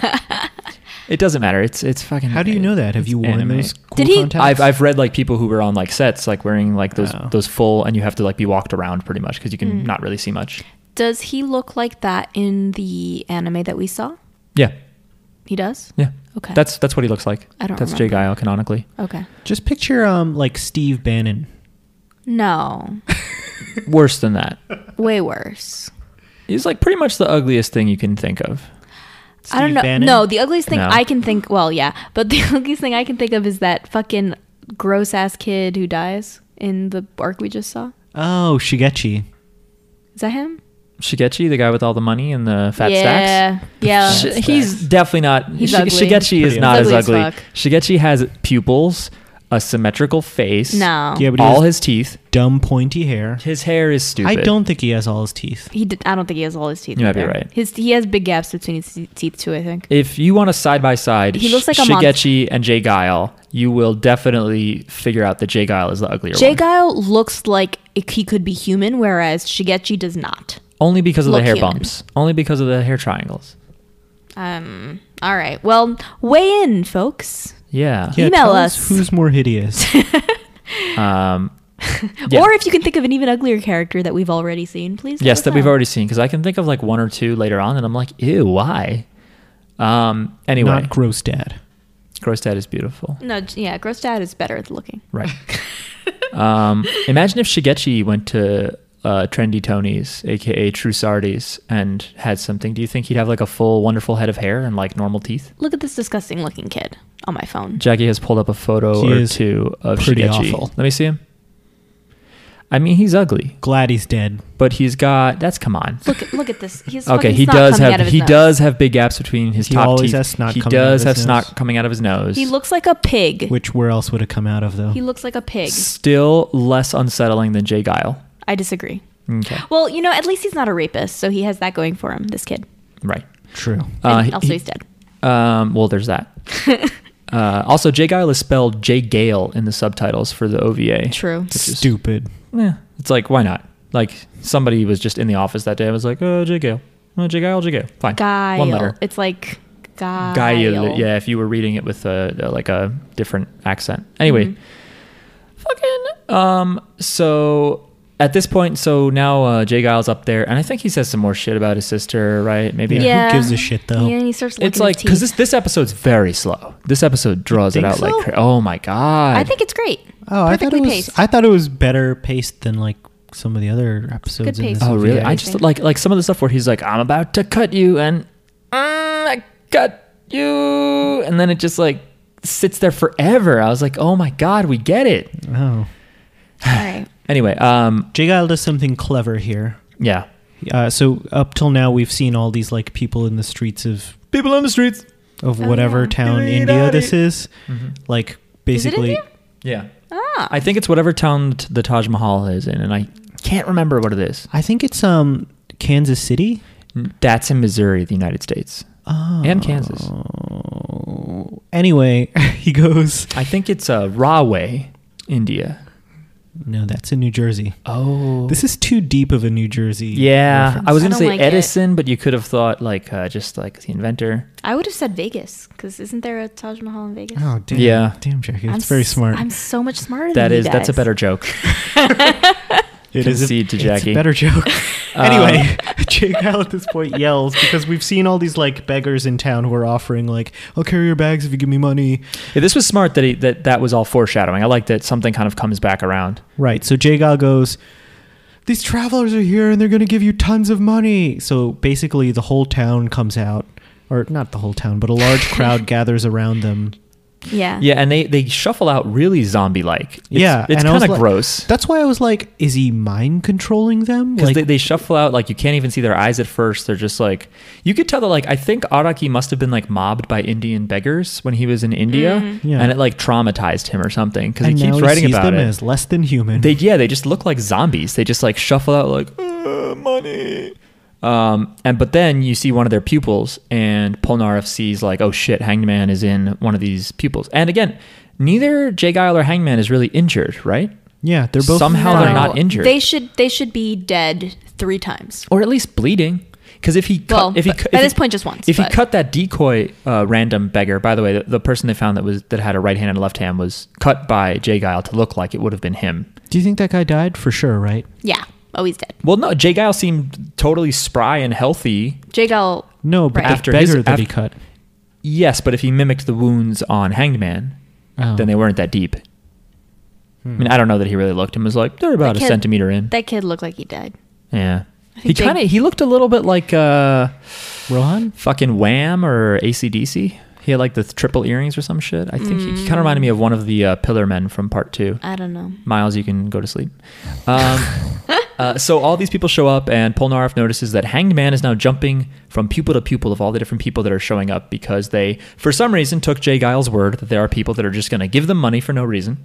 it doesn't matter. It's it's fucking.
How do you know that? Have you worn
anime.
those cool
Did he-
contacts?
I've I've read like people who were on like sets like wearing like those
Oh.
those full and you have to like be walked around pretty much because you can
Mm.
not really see much.
Does he look like that in the anime that we saw?
Yeah,
He does?
yeah.
Okay.
That's that's what he looks like.
I don't
That's Jay
remember.
Guile canonically.
Okay.
Just picture um like Steve Bannon.
No.
Worse than that.
Way worse.
He's like pretty much the ugliest thing you can think of.
I don't
Steve
know.
Bannon?
No, the ugliest thing
No.
I can think well, yeah. But the ugliest thing I can think of is that fucking gross ass kid who dies in the arc we just saw.
Oh, Shigechi.
Is that him?
Shigechi, the guy with all the money and the fat stacks.
yeah. Yeah.
Sh-
Fat
he's
stacks.
definitely not.
He's
Shi-
ugly.
Shigechi is
Pretty
not
ugly.
as
Ugly
ugly.
as
Shigechi has pupils, a symmetrical face,
No.
Yeah, but he
all
has
his teeth.
dumb pointy hair.
His hair is stupid.
I don't think he has all his teeth.
He did, I don't think he has all his teeth.
You might be
either.
right.
His he has big gaps between his te- teeth too. I think.
If you want a side by side
He looks like a monster.
Shigechi and Jay Guile, you will definitely figure out that Jay Guile is the uglier
Jay
one.
Guile looks like it- he could be human, whereas Shigechi does not.
Only because of the
look
hair
human.
bumps. Only because of the hair triangles.
Um. All right. Well, weigh in, folks,
Yeah.
Yeah,
Email
tell
us.
who's more hideous.
Um, Yeah.
or if you can think of an even uglier character that we've already seen, please. let
yes,
us
that we've
know.
already seen because I can think of like one or two later on, and I'm like, ew, why? Um. Anyway,
Not gross dad.
gross dad is beautiful.
No. j- Yeah. Gross Dad is better at looking.
Right. um, imagine if Shigechi went to uh, Trendy Tony's, aka Trusardi's, and had something. Do you think he'd have like a full, wonderful head of hair and like normal teeth?
Look at this disgusting looking kid on my phone.
Jackie has pulled up a photo
He
or
is
two of
pretty
Shigechi.
awful.
Let me see him. I mean, he's ugly,
Glad he's dead.
but he's got. That's come on.
Look at look at this. He's
Okay, he does have he does have big gaps between his
He
top
always
teeth.
has snot
he
coming out
does
of
have
his
snot
nose.
coming out of his nose.
He looks like a pig.
Which where else would it come out of though?
He looks like a pig.
still less unsettling than Jay Guile.
I disagree.
Okay,
Well, you know, at least he's not a rapist, so he has that going for him. This kid.
right.
True.
And
Uh, he-
also,
he-
he's dead.
Um, well, there's that. Uh, also, Jay Guile is spelled Jay Gale in the subtitles for the OVA.
True.
Which is-
Stupid.
Yeah, it's like why not? Like somebody was just in the office that day. I was like, oh, Jay Gale, oh, Jay Guile, Jay Gale. Fine, one
Guile.
letter.
It's like guile.
Guile. Yeah, if you were reading it with a, a- like a different accent. Anyway,
Mhm.
fucking. Um. So at this point, so now uh, Jay Guile's up there, and I think he says some more shit about his sister, right? Maybe.
Yeah, who gives a shit, though?
Yeah, and he starts.
It's
licking
like
his
because
teeth.
this this episode's very slow. This episode draws it
think
out like
so?
cra- oh my god.
I think it's great.
Oh, I thought
Perfectly
it was.
paced.
I thought it was better paced than like some of the other episodes.
Good
in this
pacing.
Oh really?
video.
I just
Everything.
like like some of the stuff where he's like, "I'm about to cut you," and "Mm, I cut you, and then it just like sits there forever. I was like, "Oh my god, we get it."
Oh,
All right.
Anyway, um,
Jay Guile does something clever here.
yeah,
Uh, so up till now, we've seen all these like people in the streets of
people on the streets.
of
Oh,
whatever
yeah.
town
Dilly
India
dally.
this is.
Mm-hmm.
Like basically,
India?
Yeah,
Ah.
I think it's whatever town t- the Taj Mahal is in, and I can't remember what it is.
I think it's um Kansas City
That's in Missouri, the United States,
oh.
and Kansas.
Anyway, he goes.
I think it's uh, Rahway, India.
No, that's in New Jersey.
Oh,
This is too deep of a New Jersey.
yeah.
reference.
I was
I
gonna
don't
say
like it.
Edison, but you could have thought like uh, just like the inventor.
I would have said Vegas because isn't there a Taj Mahal in Vegas?
Oh damn!
Yeah.
damn, Jackie,
I'm
that's very
s-
smart.
I'm so much smarter.
That
than
is
you
that's a
guys.
better joke.
It is a-
Concede to
It's
Jackie.
a better joke.
Um,
anyway, Jake Kyle at this point yells because we've seen all these like beggars in town who are offering like, "I'll carry your bags if you give me money."
Yeah, this was smart that he, that that was all foreshadowing. I like that something kind of comes back around.
Right. So Jay Gao goes, These travelers are here and they're going to give you tons of money. So basically, the whole town comes out, or not the whole town, but a large crowd gathers around them.
Yeah.
Yeah, and they they shuffle out really zombie like.
yeah.
it's
and I was
kind of
like-
gross.
That's why I was like, Is he mind controlling them?
because
Like,
they, they shuffle out like you can't even see their eyes at first they're just like you could tell that like i think araki must have been like mobbed by indian beggars when he was in india
Yeah.
and it like traumatized him or something because he
and
keeps
now
writing
he sees
about
them
it
as less than human.
they yeah they just look like zombies they just like shuffle out like "Uh, money um and but then you see one of their pupils and polnareff sees like oh shit hangman is in one of these pupils and again neither jay guile or hangman is really injured right
yeah. They're both
somehow they're not injured
They should they should be dead three times.
or at least bleeding. Because if he cut,
Well,
if he
but
cu-
by
if
this
he-
point, just once,
If he
but-
cut that decoy uh, random beggar, by the way, the, the person they found that was that had a right hand and a left hand was cut by Jay Guile to look like it would have been him.
Do you think that guy died? For sure, right?
Yeah. Oh, he's dead.
Well, no, Jay Guile seemed totally spry and healthy.
Jagal.
No, but
Right.
the
After his-
beggar that
af-
he cut.
Yes, but if he mimicked the wounds on Hanged Man,
Oh.
then they weren't that deep. I mean, I don't know that he really looked and was like they're about
That
a
kid-
centimeter in.
That kid looked like he died.
yeah, he
think Jay-
kind of he looked a little bit like uh,
Rohan?
fucking Wham or ACDC. He had like the triple earrings or some shit. I think he, kind of reminded me of one of the uh, Pillar Men from Part Two.
I don't know.
Miles, you can go to sleep. Um, uh, so all these people show up, and Polnareff notices that Hanged Man is now jumping from pupil to pupil of all the different people that are showing up because they, for some reason, took Jay Giles' word that there are people that are just going to give them money for no reason.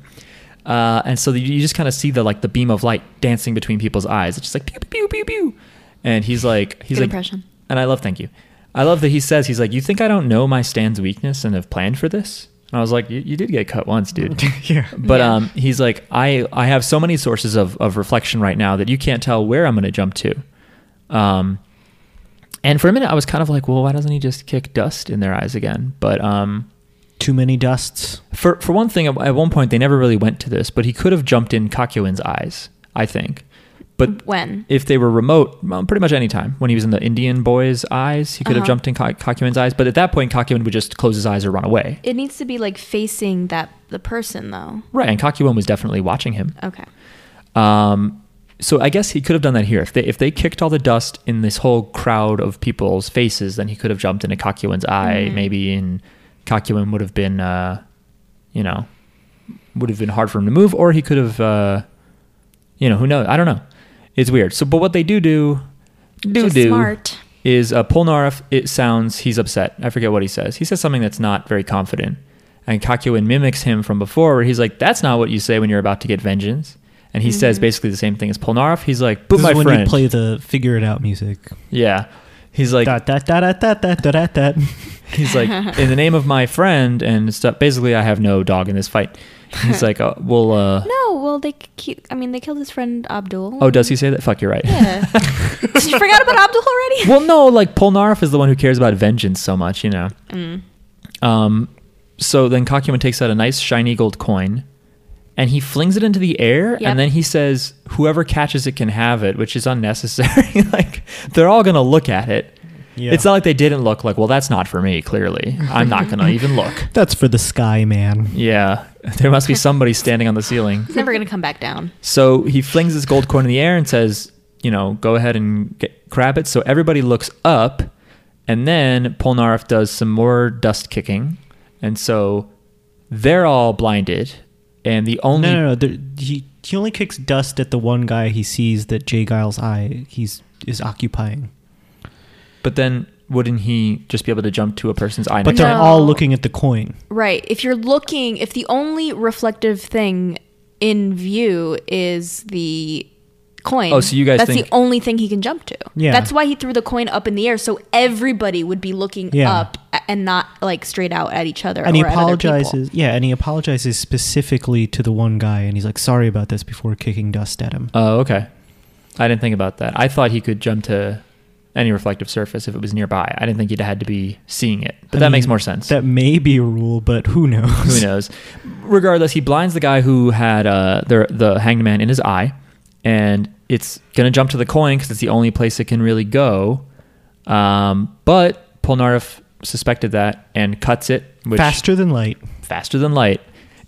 Uh, and so you just kind of see the like the beam of light dancing between people's eyes. It's just like pew pew pew pew. pew. And he's like, he's
Good
like,
impression.
and I love, thank you. I love that he says, he's like, you think I don't know my stand's weakness and have planned for this? And I was like, you you did get cut once, dude.
yeah.
But
Yeah.
um, he's like, I, I have so many sources of, of reflection right now that you can't tell where I'm going to jump to. Um, and for a minute, I was kind of like, well, why doesn't he just kick dust in their eyes again? But um,
Too many dusts.
for, for one thing, at at one point, they never really went to this, but he could have jumped in Kakuin's eyes, I think. But
When?
if they were remote, well, pretty much any time when he was in the Indian boy's eyes, he could have
Uh-huh.
jumped in Ka- Kakuin's eyes. But at that point, Kakuin would just close his eyes or run away.
It needs to be like facing that the person though.
Right, and Kakuin was definitely watching him.
Okay.
Um, so I guess he could have done that here. If they if they kicked all the dust in this whole crowd of people's faces, then he could have jumped into Kakuin's eye,
Mm-hmm.
maybe, and Kakuin would have been, uh, you know, would have been hard for him to move, or he could have, uh, you know, who knows? I don't know. It's weird. So, but what they do do, do
Just
do
smart.
is uh, Polnareff, it sounds he's upset. I forget what he says. He says something that's not very confident. And Kakuin mimics him from before, where he's like, That's not what you say when you're about to get vengeance. And he says basically the same thing as Polnareff. He's like, But
this
my
is when
friend.
you play the figure it out music.
yeah. He's like,
Dot dot dot dot dot dot dot dot.
He's like, In the name of my friend and stuff. Basically, I have no dog in this fight. He's like, oh, Well, uh,
No, well they ki- I mean they killed his friend Abdul.
oh, does he say that? Fuck, you're right.
Yeah. Did you forgot about Abdul already?
well, no, like Polnareff is the one who cares about vengeance so much, you know. Um, so then Kakuman takes out a nice shiny gold coin, and he flings it into the air,
Yep.
and then he says, "Whoever catches it can have it," which is unnecessary. like they're all gonna look at it.
Yeah.
It's not like they didn't look. Like, well, that's not for me. Clearly, I'm not gonna even look.
That's for the sky man.
Yeah, there must be somebody standing on the ceiling.
He's never gonna come back down.
So he flings this gold coin in the air and says, you know, go ahead and get, grab it. So everybody looks up, and then Polnareff does some more dust kicking, and so they're all blinded, and the only
No, no, no. There, he he only kicks dust at the one guy he sees that Jay Giles' eye he's is occupying.
but then wouldn't he just be able to jump to a person's eye?
But
next
they're
No.
all looking at the coin.
Right. If you're looking, if the only reflective thing in view is the coin.
Oh, so you guys
that's
think-
the only thing he can jump to.
Yeah.
That's why he threw the coin up in the air so everybody would be looking
Yeah.
up a- and not like straight out at each other
And he
or at other people.
apologizes. Yeah, and he apologizes specifically to the one guy and he's like sorry about this before kicking dust at him.
Oh, okay. I didn't think about that. I thought he could jump to any reflective surface if it was nearby. I didn't think he'd had to be seeing it, but
I
that
mean,
makes more sense.
That may be a rule, but who knows?
Who knows? Regardless, he blinds the guy who had uh, the the hanged man in his eye, and it's gonna jump to the coin because it's the only place it can really go. Um, but Polnareff suspected that and cuts it, which
Faster than light.
faster than light.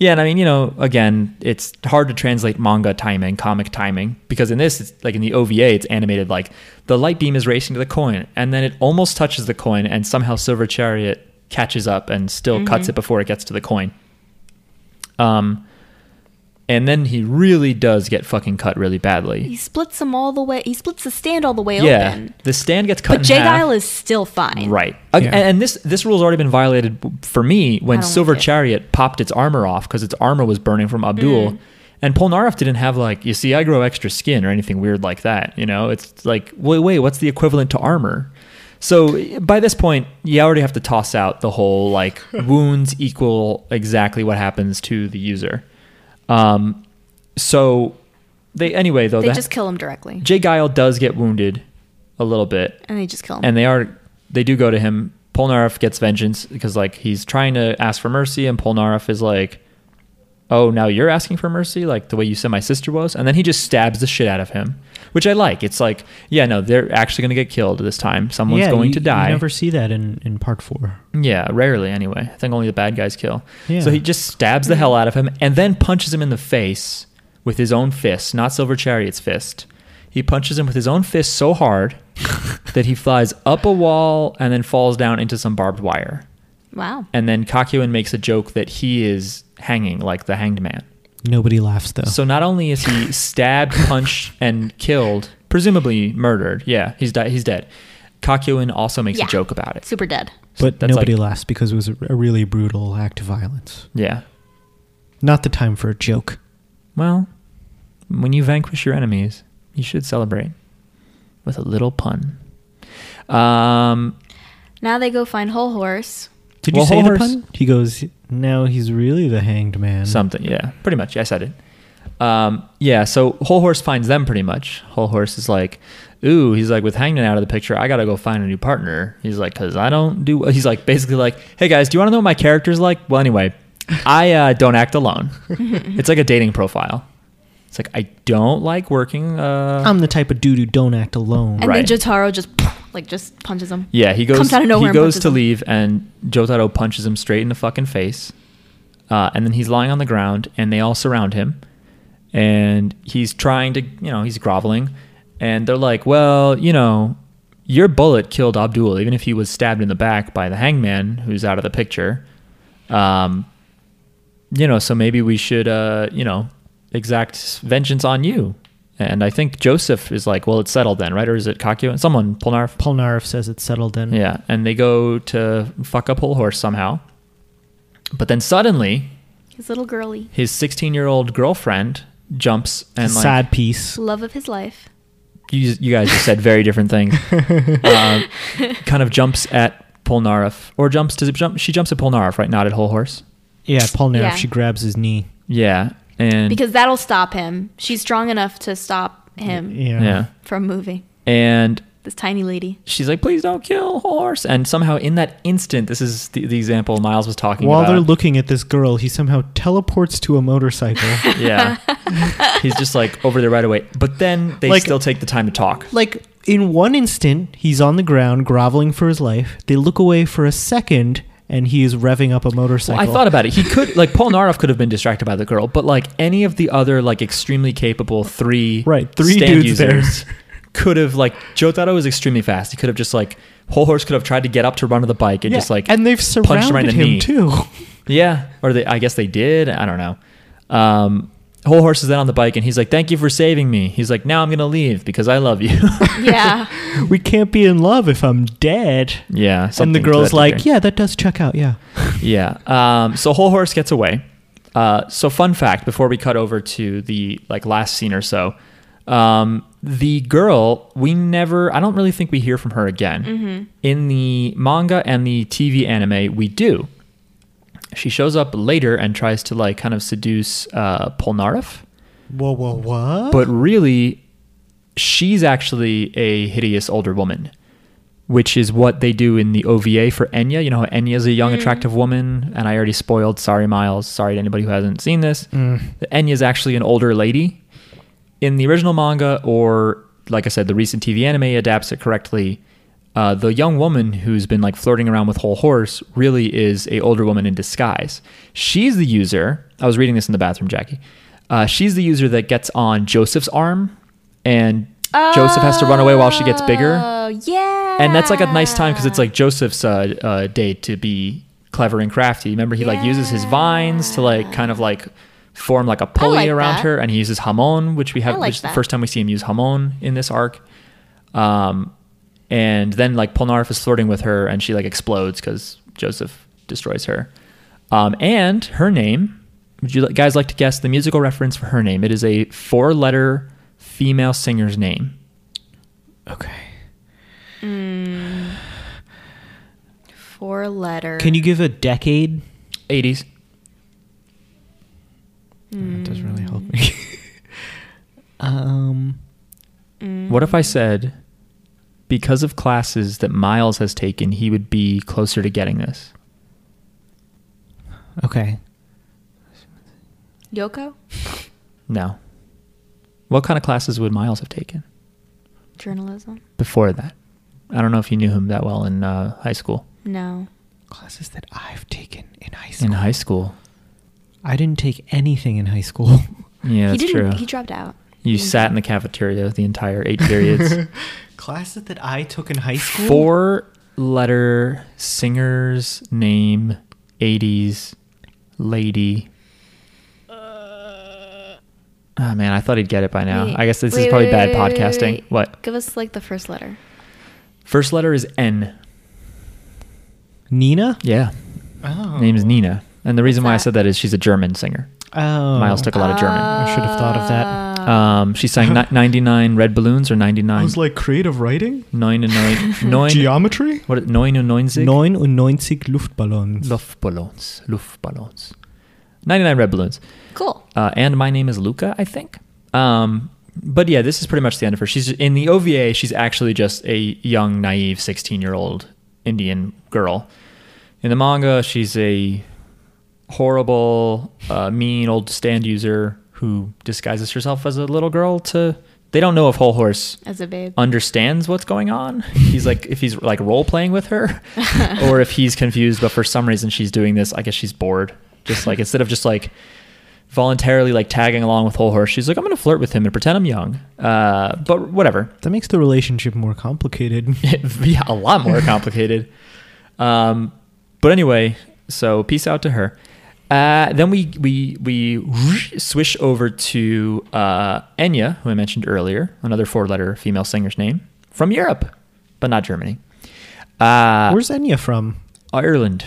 Yeah, and I mean, you know, again, it's hard to translate manga timing, comic timing, because in this, it's like in the OVA, it's animated like the light beam is racing to the coin, and then it almost touches the coin, and somehow Silver Chariot catches up and still cuts
Mm-hmm.
it before it gets to the coin. Um, and then he really does get fucking cut really badly.
He splits them all the way. He splits the stand all the way
yeah,
open.
the stand gets cut.
But
in half.
Jegile is still fine.
Right. Ag-
Yeah.
And this this rule's already been violated b- for me
I
when
don't
Silver
like it.
Chariot popped its armor off because its armor was burning from
Mm.
Abdul. And Polnareff didn't have like, you see, I grow extra skin or anything weird like that. You know, it's like, wait, wait, what's the equivalent to armor? So by this point, you already have to toss out the whole like wounds equal exactly what happens to the user. Um, so they anyway though
They
that,
just kill him directly.
Jay Guile does get wounded a little bit
And they just kill him.
and they are they do go to him. Polnareff gets vengeance because like he's trying to ask for mercy, and Polnareff is like, "Oh, now you're asking for mercy, like the way you said my sister was." And then he just stabs the shit out of him, which I like. It's like, yeah, no, they're actually going to get killed this time. Someone's
yeah,
going
you-
to die.
You never see that in, in part four.
Yeah, rarely anyway. I think only the bad guys kill.
Yeah.
So he just stabs the hell out of him and then punches him in the face with his own fist, not Silver Chariot's fist. He punches him with his own fist so hard that he flies up a wall and then falls down into some barbed wire.
wow.
And then Kakyoin makes a joke that he is hanging like the hanged man.
Nobody laughs though.
So not only is he stabbed, punched, and killed, presumably murdered. Yeah, he's di- he's dead. Kakyoin also makes
Yeah.
a joke about it.
Super dead.
but
that's
nobody
like-
laughs because it was a, a really brutal act of violence.
Yeah.
Not the time for a joke.
Well, when you vanquish your enemies, you should celebrate with a little pun. Um,
Now they go find Whole Horse.
Did
Well,
you say the
Homer's-
pun? He goes, "No, he's really the hanged man."
something, yeah, pretty much. I said it. Um, yeah, so Whole Horse finds them pretty much. Whole Horse is like, ooh, he's like, with Hangman out of the picture, I gotta go find a new partner. He's like, cause I don't do. He's like, basically like, hey guys, do you want to know what my character's like? Well, anyway, I uh, don't act alone. it's like a dating profile. It's like I don't like working. Uh,
I'm the type of dude who don't act alone.
And
Right.
then Jotaro just like just punches him.
Yeah, he goes.
Comes out of nowhere
he
and
goes
punches
to
him.
leave, and Jotaro punches him straight in the fucking face. Uh, and then he's lying on the ground, and they all surround him, and he's trying to, you know, he's groveling, and they're like, "Well, you know, your bullet killed Abdul, even if he was stabbed in the back by the hangman, who's out of the picture. Um, you know, so maybe we should, uh, you know, exact vengeance on you." And I think Joseph is like, "Well, it's settled then, right?" Or is it Kakyo? Someone, Polnareff.
Polnareff says it's settled in.
Yeah, and they go to fuck up Whole Horse somehow. But then suddenly,
His little girly.
his 16 year old girlfriend jumps and like
Sad piece.
Love of his life.
you, you guys just said very different things. um, kind of jumps at Polnareff or jumps does it jump? She jumps at Polnareff, right? Not at Whole Horse.
Yeah, Polnareff.
Yeah.
She grabs his knee.
Yeah, and
Because that'll stop him. She's strong enough to stop him
Yeah.
yeah,
from moving.
and
This tiny lady.
she's like, "Please don't kill Whole Horse." And somehow, in that instant, this is the, the example Miles was talking
While
about.
they're looking at this girl, he somehow teleports to a motorcycle.
yeah, he's just like over there right away. But then they
Like-
still take the time to talk.
like in one instant, he's on the ground groveling for his life. They look away for a second, and he is revving up a motorcycle.
Well, I thought about it. He could like Paul Naroff could have been distracted by the girl, but like any of the other like extremely capable three
Right, three
stand
dudes there.
users could have like Jotaro was extremely fast. He could have just like whole horse could have tried to get up to run to the bike and
Yeah,
just like
and they've
punched
surrounded
him right in the
him
knee.
too.
yeah, or they I guess they did. I don't know. Um, whole horse is then on the bike and he's like, "Thank you for saving me." He's like, "Now I'm gonna leave because I love you."
Yeah.
we can't be in love if I'm dead.
yeah,
and the
something to
girl's
that
like,
degree.
"Yeah, that does check out. Yeah,
Yeah. Um, so whole horse gets away. Uh, so fun fact before we cut over to the like last scene or so, um, the girl we never I don't really think we hear from her again. In the manga and the TV anime, we do. She shows up later and tries to like kind of seduce uh, Polnareff,
whoa, whoa, what?
but really, she's actually a hideous older woman. Which is what they do in the OVA for Enya. You know how Enya's a young, attractive woman, and I already spoiled. Sorry, Miles. Sorry to anybody who hasn't seen this. Enya's actually an older lady, in the original manga, or like I said, the recent TV anime adapts it correctly. Uh, the young woman who's been like flirting around with Whole Horse really is a older woman in disguise. She's the user. I was reading this in the bathroom, Jackie. Uh, she's the user that gets on Joseph's arm, and Joseph has to run away while she gets bigger
Oh, yeah.
and that's like a nice time because it's like Joseph's uh, uh, day to be clever and crafty. Remember, he like uses his vines to like kind of like form like a pulley
like
around
that.
her, and he uses hamon, which we have
like
which is the
that.
first time we see him use hamon in this arc. Um, and then like Polnareff is flirting with her, and she like explodes because Joseph destroys her. Um, and her name, would you li- guys like to guess the musical reference for her name? It is a four-letter female singer's name.
Okay.
four letter.
Can you give a decade?
80s. Mm.
That doesn't really help me. um,
What if I said, because of classes that Miles has taken, he would be closer to getting this?
okay.
Yoko?
No. What kind of classes would Miles have taken
Journalism?
before that? I don't know if you knew him that well in uh, high school.
No.
Classes that I've taken in high
In
school.
high school.
I didn't take anything in high school.
Yeah, that's
he
true.
didn't. He dropped out.
you sat in the cafeteria the entire eight periods.
Classes that I took in high school.
Four letter singer's name, 80s lady. Oh man, I thought he'd get it by now.
Uh, Wait,
I guess this is
wait,
probably
wait,
bad
wait, wait,
podcasting.
wait, wait.
What?
Give us like the first letter.
First letter is N.
Nina.
Yeah.
Oh.
Name is Nina. And the reason why I
that?
said that is she's a German singer.
Oh.
Miles took a lot of German.
I should have thought of that.
Ah.
Um, she sang ni- 99 Red Balloons or 99.
like creative writing,
Neun und neun. neun
geometry.
what, neun und neunzig?
99 Luftballons.
Luftballons. Luftballons. 99 Red Balloons.
Cool.
Uh, and my name is Luca, I think. Um, but yeah, this is pretty much the end of her. She's in the OVA. She's actually just a young, naive, sixteen-year-old Indian girl. In the manga, she's a horrible, uh, mean old stand user who disguises herself as a little girl to. They don't know if Whole Horse
As a babe.
understands what's going on. He's like if he's like role playing with her, or if he's confused, but for some reason she's doing this. I guess she's bored. Just like instead of just like voluntarily like tagging along with whole horse, she's like I'm gonna flirt with him and pretend I'm young. Uh, but whatever.
That makes the relationship more complicated.
yeah, a lot more complicated. Um, but anyway, so peace out to her. Uh, then we we we swish over to uh, Enya, who I mentioned earlier, another four-letter female singer's name from Europe, but not Germany. Uh,
Where's Enya from?
Ireland?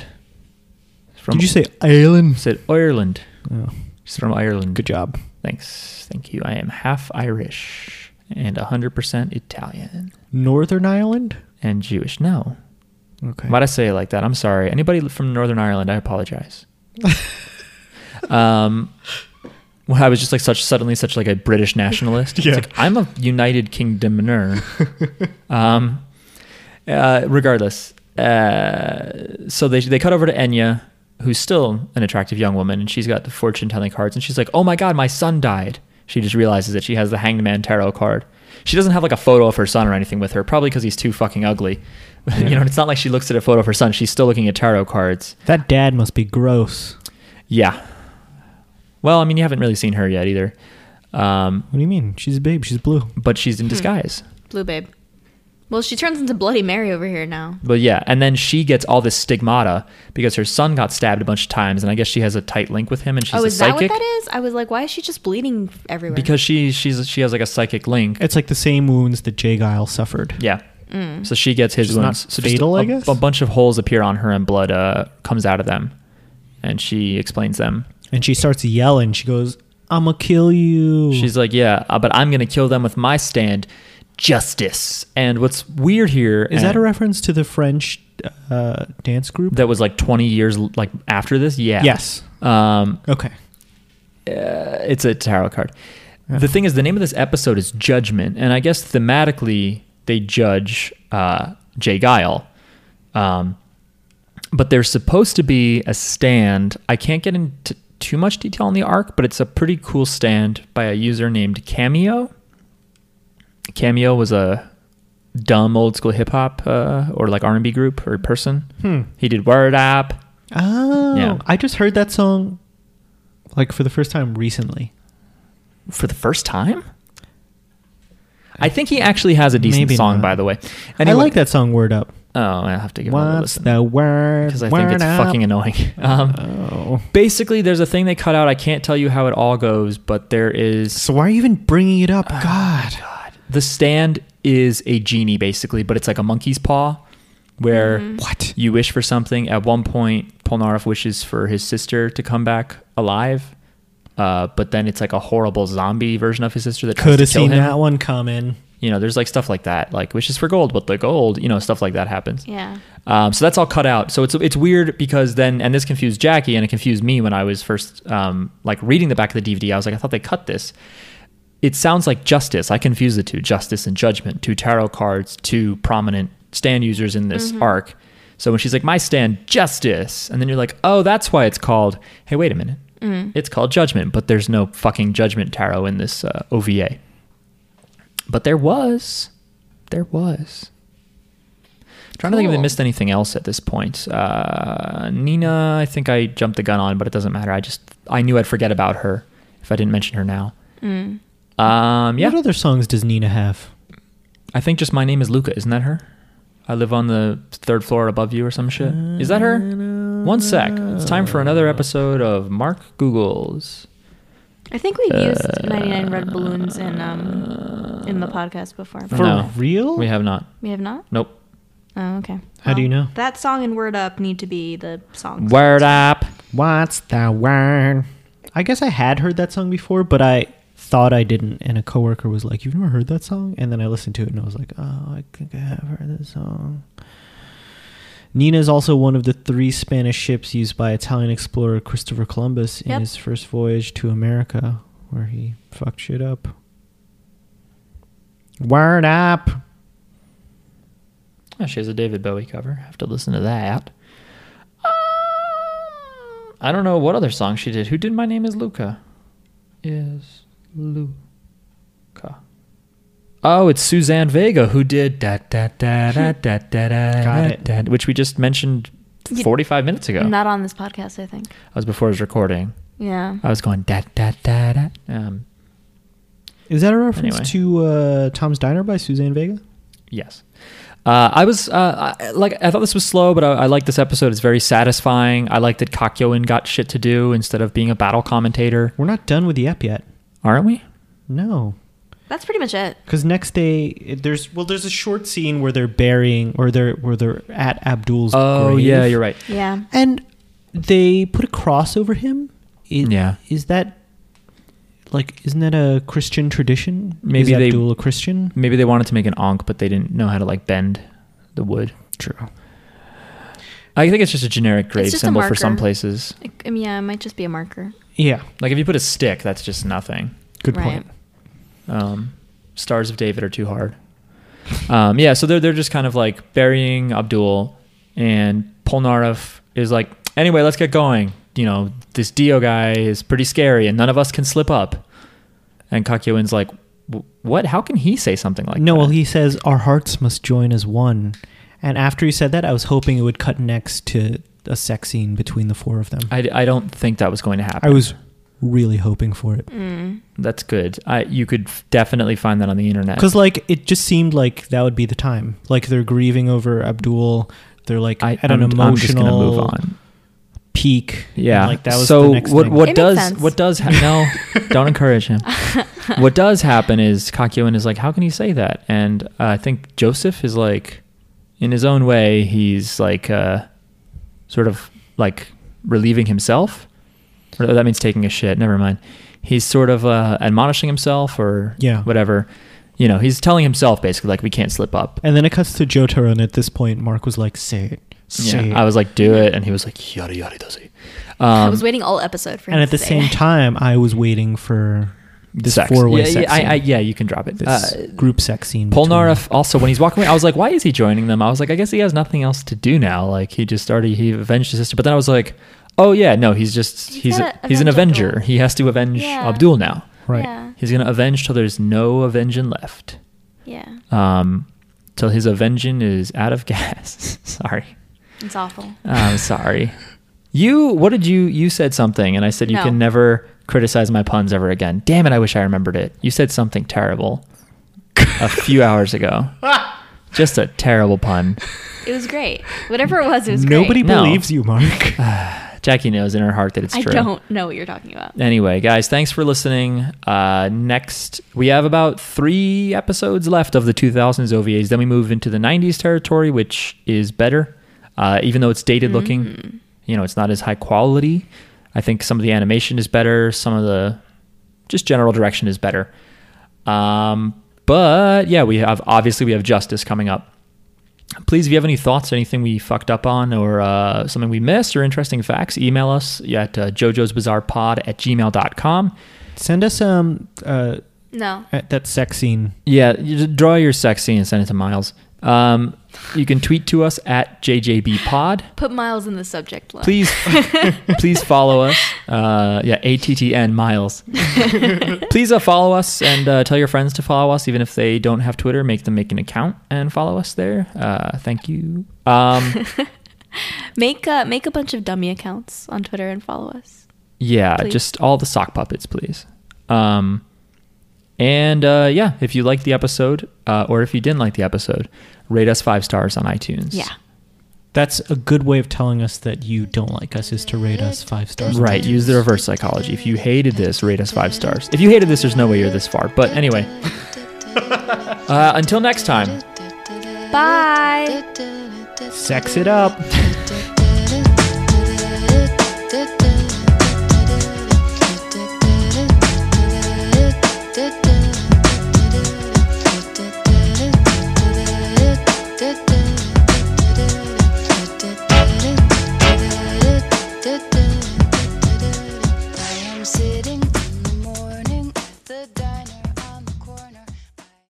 From,
Did you say Ireland?
said Ireland?
Oh,
She's from Ireland.
good job.
Thanks, thank you. I am half Irish and hundred percent Italian
Northern Ireland?
and Jewish. No,
Okay.
Why'd I say it like that? I'm sorry. Anybody from Northern Ireland, I apologize. um, well, I was just like such suddenly such like a British nationalist. It's
Yeah.
like, I'm a United Kingdomer. um, uh, regardless, uh, so they they cut over to Enya, who's still an attractive young woman, and she's got the fortune telling cards, and she's like, "Oh my god, my son died." She just realizes that she has the Hanged Man tarot card. She doesn't have like a photo of her son or anything with her, probably because he's too fucking ugly. you know, and it's not like she looks at a photo of her son. She's still looking at tarot cards.
that dad must be gross.
Yeah. Well, I mean, you haven't really seen her yet either, um,
What do you mean? She's a babe. She's blue.
but she's
Hmm.
in disguise.
Blue babe. Well, she turns into Bloody Mary over here now.
But yeah, and then she gets all this stigmata because her son got stabbed a bunch of times, and I guess she has a tight link with him, and she's
oh,
a
is
psychic
that what that is? I was like, why is she just bleeding everywhere?
because she she's she has like a psychic link.
It's like the same wounds that Jay Guile suffered.
Yeah.
Mm.
So she gets his
Which is not
wounds. so just
fatal,
a,
I guess?
a bunch of holes appear on her, and blood uh, comes out of them, and she explains them.
And she starts yelling. She goes, I'm going to kill you.
She's like, "Yeah, uh, but I'm gonna kill them with my stand, justice." And what's weird here
Is that
and-
a reference to the French uh, dance group?
that was like 20 years l- like after this? Yeah.
Yes.
Um,
Okay.
it's a tarot card. The thing is, the name of this episode is Judgment, and I guess thematically they judge uh, Jay Guile. Um, but there's supposed to be a stand. I can't get into too much detail on the arc, but it's a pretty cool stand by a user named Cameo. Cameo was a dumb old school hip hop uh, or like R and B group or person.
Hmm.
He did Word Up.
Oh,
Yeah.
I just heard that song like for the first time recently.
for the first time. I think he actually has a decent
Maybe
song,
not.
by the way.
I like that song "Word Up."
Oh, I'll have to give it a
What's
listen
the word?
because I think it's fucking annoying. Um,
Oh.
basically, there's a thing they cut out. I can't tell you how it all goes, but there is
So why are you even bringing it
Oh
up? God.
the stand is a genie basically, but it's like a monkey's paw, where
What?
you wish for something. At one point, Polnareff wishes for his sister to come back alive, uh, but then it's like a horrible zombie version of his sister that tries
Could
to
have
kill
seen
him.
that one coming.
you know there's like stuff like that like wishes for gold but the gold you know stuff like that happens
Yeah.
um, so that's all cut out so it's it's weird because then and this confused jackie and it confused me when i was first um, like reading the back of the dvd i was like i thought they cut this it sounds like justice i confuse the two justice and judgment two tarot cards two prominent stand users in this arc so when she's like my stand justice and then you're like oh that's why it's called hey wait a minute it's called judgment but there's no fucking judgment tarot in this uh, ova but there was, there was. I'm trying to think if
Cool.
they missed anything else at this point. Uh, Nina, I think I jumped the gun on, but it doesn't matter. I just I knew I'd forget about her if I didn't mention her now. Um, yeah,
What other songs does Nina have?
I think just my name is Luca. Isn't that her? I live on the third floor above you or some shit. Is that her? One sec. It's time for another episode of Mark Googles.
I think we've used 99 red balloons in um in the podcast before.
For
No.
real?
We have not.
We have not.
Nope.
Oh, okay.
How do you know?
That song and Word Up need to be the songs.
Word up.
What's the word? I guess I had heard that song before, but I thought I didn't. And a coworker was like, "You've never heard that song?" And then I listened to it, and I was like, "Oh, I think I have heard this song." Nina is also one of the three Spanish ships used by Italian explorer Christopher Columbus in
Yep.
his first voyage to America, where he fucked shit up. Word up!
Oh, she has a David Bowie cover. I have to listen to that. Um, I don't know what other song she did. Who did My Name is Luca? Is Luca. Oh, it's Suzanne Vega who did da da da da da da da,
Got
da,
it.
da, which we just mentioned
You-
45 minutes ago. That
Not on this podcast, I think.
was before I was recording.
Yeah.
I was going da da da da. Um,
Is that a reference
Anyway.
to uh, Tom's Diner by Suzanne Vega?
Yes. Uh, I was uh, I, like I thought this was slow, but I, I like this episode. It's very satisfying. I like that Kakyoin got shit to do instead of being a battle commentator,
We're not done with the ep yet.
aren't we?
No.
That's pretty much it.
Because next day it- there's well there's a short scene where they're burying or they're where they're at Abdul's.
Oh
grave.
yeah, you're right.
Yeah.
And they put a cross over him. I-
Yeah.
is that like isn't that a Christian tradition?
Maybe
is
they-
Abdul a Christian?
Maybe they wanted to make an onk, but they didn't know how to like bend the wood.
True.
I think it's just a generic grave
just a
symbol for some
marker.
places.
It, I mean, yeah, it might just be a marker.
Yeah.
Like if you put a stick, that's just nothing.
Good
Right.
point.
Um, Stars of David are too hard. Um, yeah, so they're they're just kind of like burying Abdul, and Polnareff is like, anyway, let's get going. You know, this Dio guy is pretty scary, and none of us can slip up. And Kakyoin's like, "W- what? How can he say something like
no,
that?
well he says our hearts must join as one. And after he said that, I was hoping it would cut next to a sex scene between the four of them. I,
I, I don't think that was going to happen.
was really hoping for it.
Mm.
That's good. I, you could f- definitely find that on the internet.
Because like it just seemed like that would be the time. Like they're grieving over Abdul. They're like
I,
at an
I'm-
emotional
I'm just gonna move on.
peak. and,
Yeah.
like that was
so
the next
what
thing.
what
It makes
does
sense.
what does ha- no don't encourage him. what does happen is Kakyoin is like, how can you say that? And uh, I think Joseph is like, in his own way, he's like, uh, sort of like relieving himself. Or that means taking a shit. Never mind. He's sort of uh, admonishing himself or
Yeah.
whatever. You know, he's telling himself basically like we can't slip up.
And then it cuts to Jotaro, and at this point, Mark was like, "Say it, say
Yeah,
it."
I was like, do it, and he was like, yada yada does he?
I
Um,
was waiting all episode for him
and at
to
the
say
same
it.
time, I was waiting for this
sex.
four-way
yeah,
sex.
Yeah, I, I,
scene,
yeah, you can drop it.
this
Uh,
group sex scene. between-
Polnareff also when he's walking away, I was like, why is he joining them? I was like, I guess he has nothing else to do now. Like he just already he avenged his sister. But then I was like, Oh yeah, no, he's just
He's
he's
gotta
a, he's an
avenge
avenger.
Abdul.
He has to avenge
Yeah.
Abdul now.
Right.
Yeah.
He's gonna avenge till there's no avenging left.
Yeah.
Um, till his avenging is out of gas. sorry,
It's awful.
uh,
I'm sorry. You what did you you said something and I said you
No.
can never criticize my puns ever again. Damn it, I wish I remembered it. You said something terrible a few hours ago. Just a terrible pun.
It was great. Whatever it was, it was great.
Nobody
No.
believes you, Mark. Uh,
Jackie knows in her heart that it's
I
true.
don't know what you're talking about.
Anyway, guys, thanks for listening. Uh, next, we have about three episodes left of the 2000s OVAs. Then we move into the 90s territory, which is better, uh, even though it's dated looking. You know, it's not as high quality. I think some of the animation is better. Some of the just general direction is better. Um, but yeah, we have obviously we have Justice coming up. Please, if you have any thoughts, anything we fucked up on, or uh, something we missed, or interesting facts, email us at uh, jojo's bizarre pod at gmail.com.
Send us um uh
No.
uh, that sex scene.
Yeah, you just draw your sex scene and send it to Miles. Um, you can tweet to us at jjbpod.
Put Miles in the subject line.
Please, please follow us. Uh, yeah, ATTN Miles. please uh, follow us and uh, tell your friends to follow us, even if they don't have Twitter. Make them make an account and follow us there. Uh, thank you. Um,
Make uh, make a bunch of dummy accounts on Twitter and follow us.
Yeah,
Please.
just all the sock puppets, please. Um, and uh, yeah, if you liked the episode, uh, or if you didn't like the episode, rate us five stars on iTunes.
Yeah.
That's a good way of telling us that you don't like us is to rate us five stars.
Right, use the reverse psychology. If you hated this, rate us five stars. If you hated this, there's no way you're this far. But anyway, uh, until next time.
Bye.
Sex it up.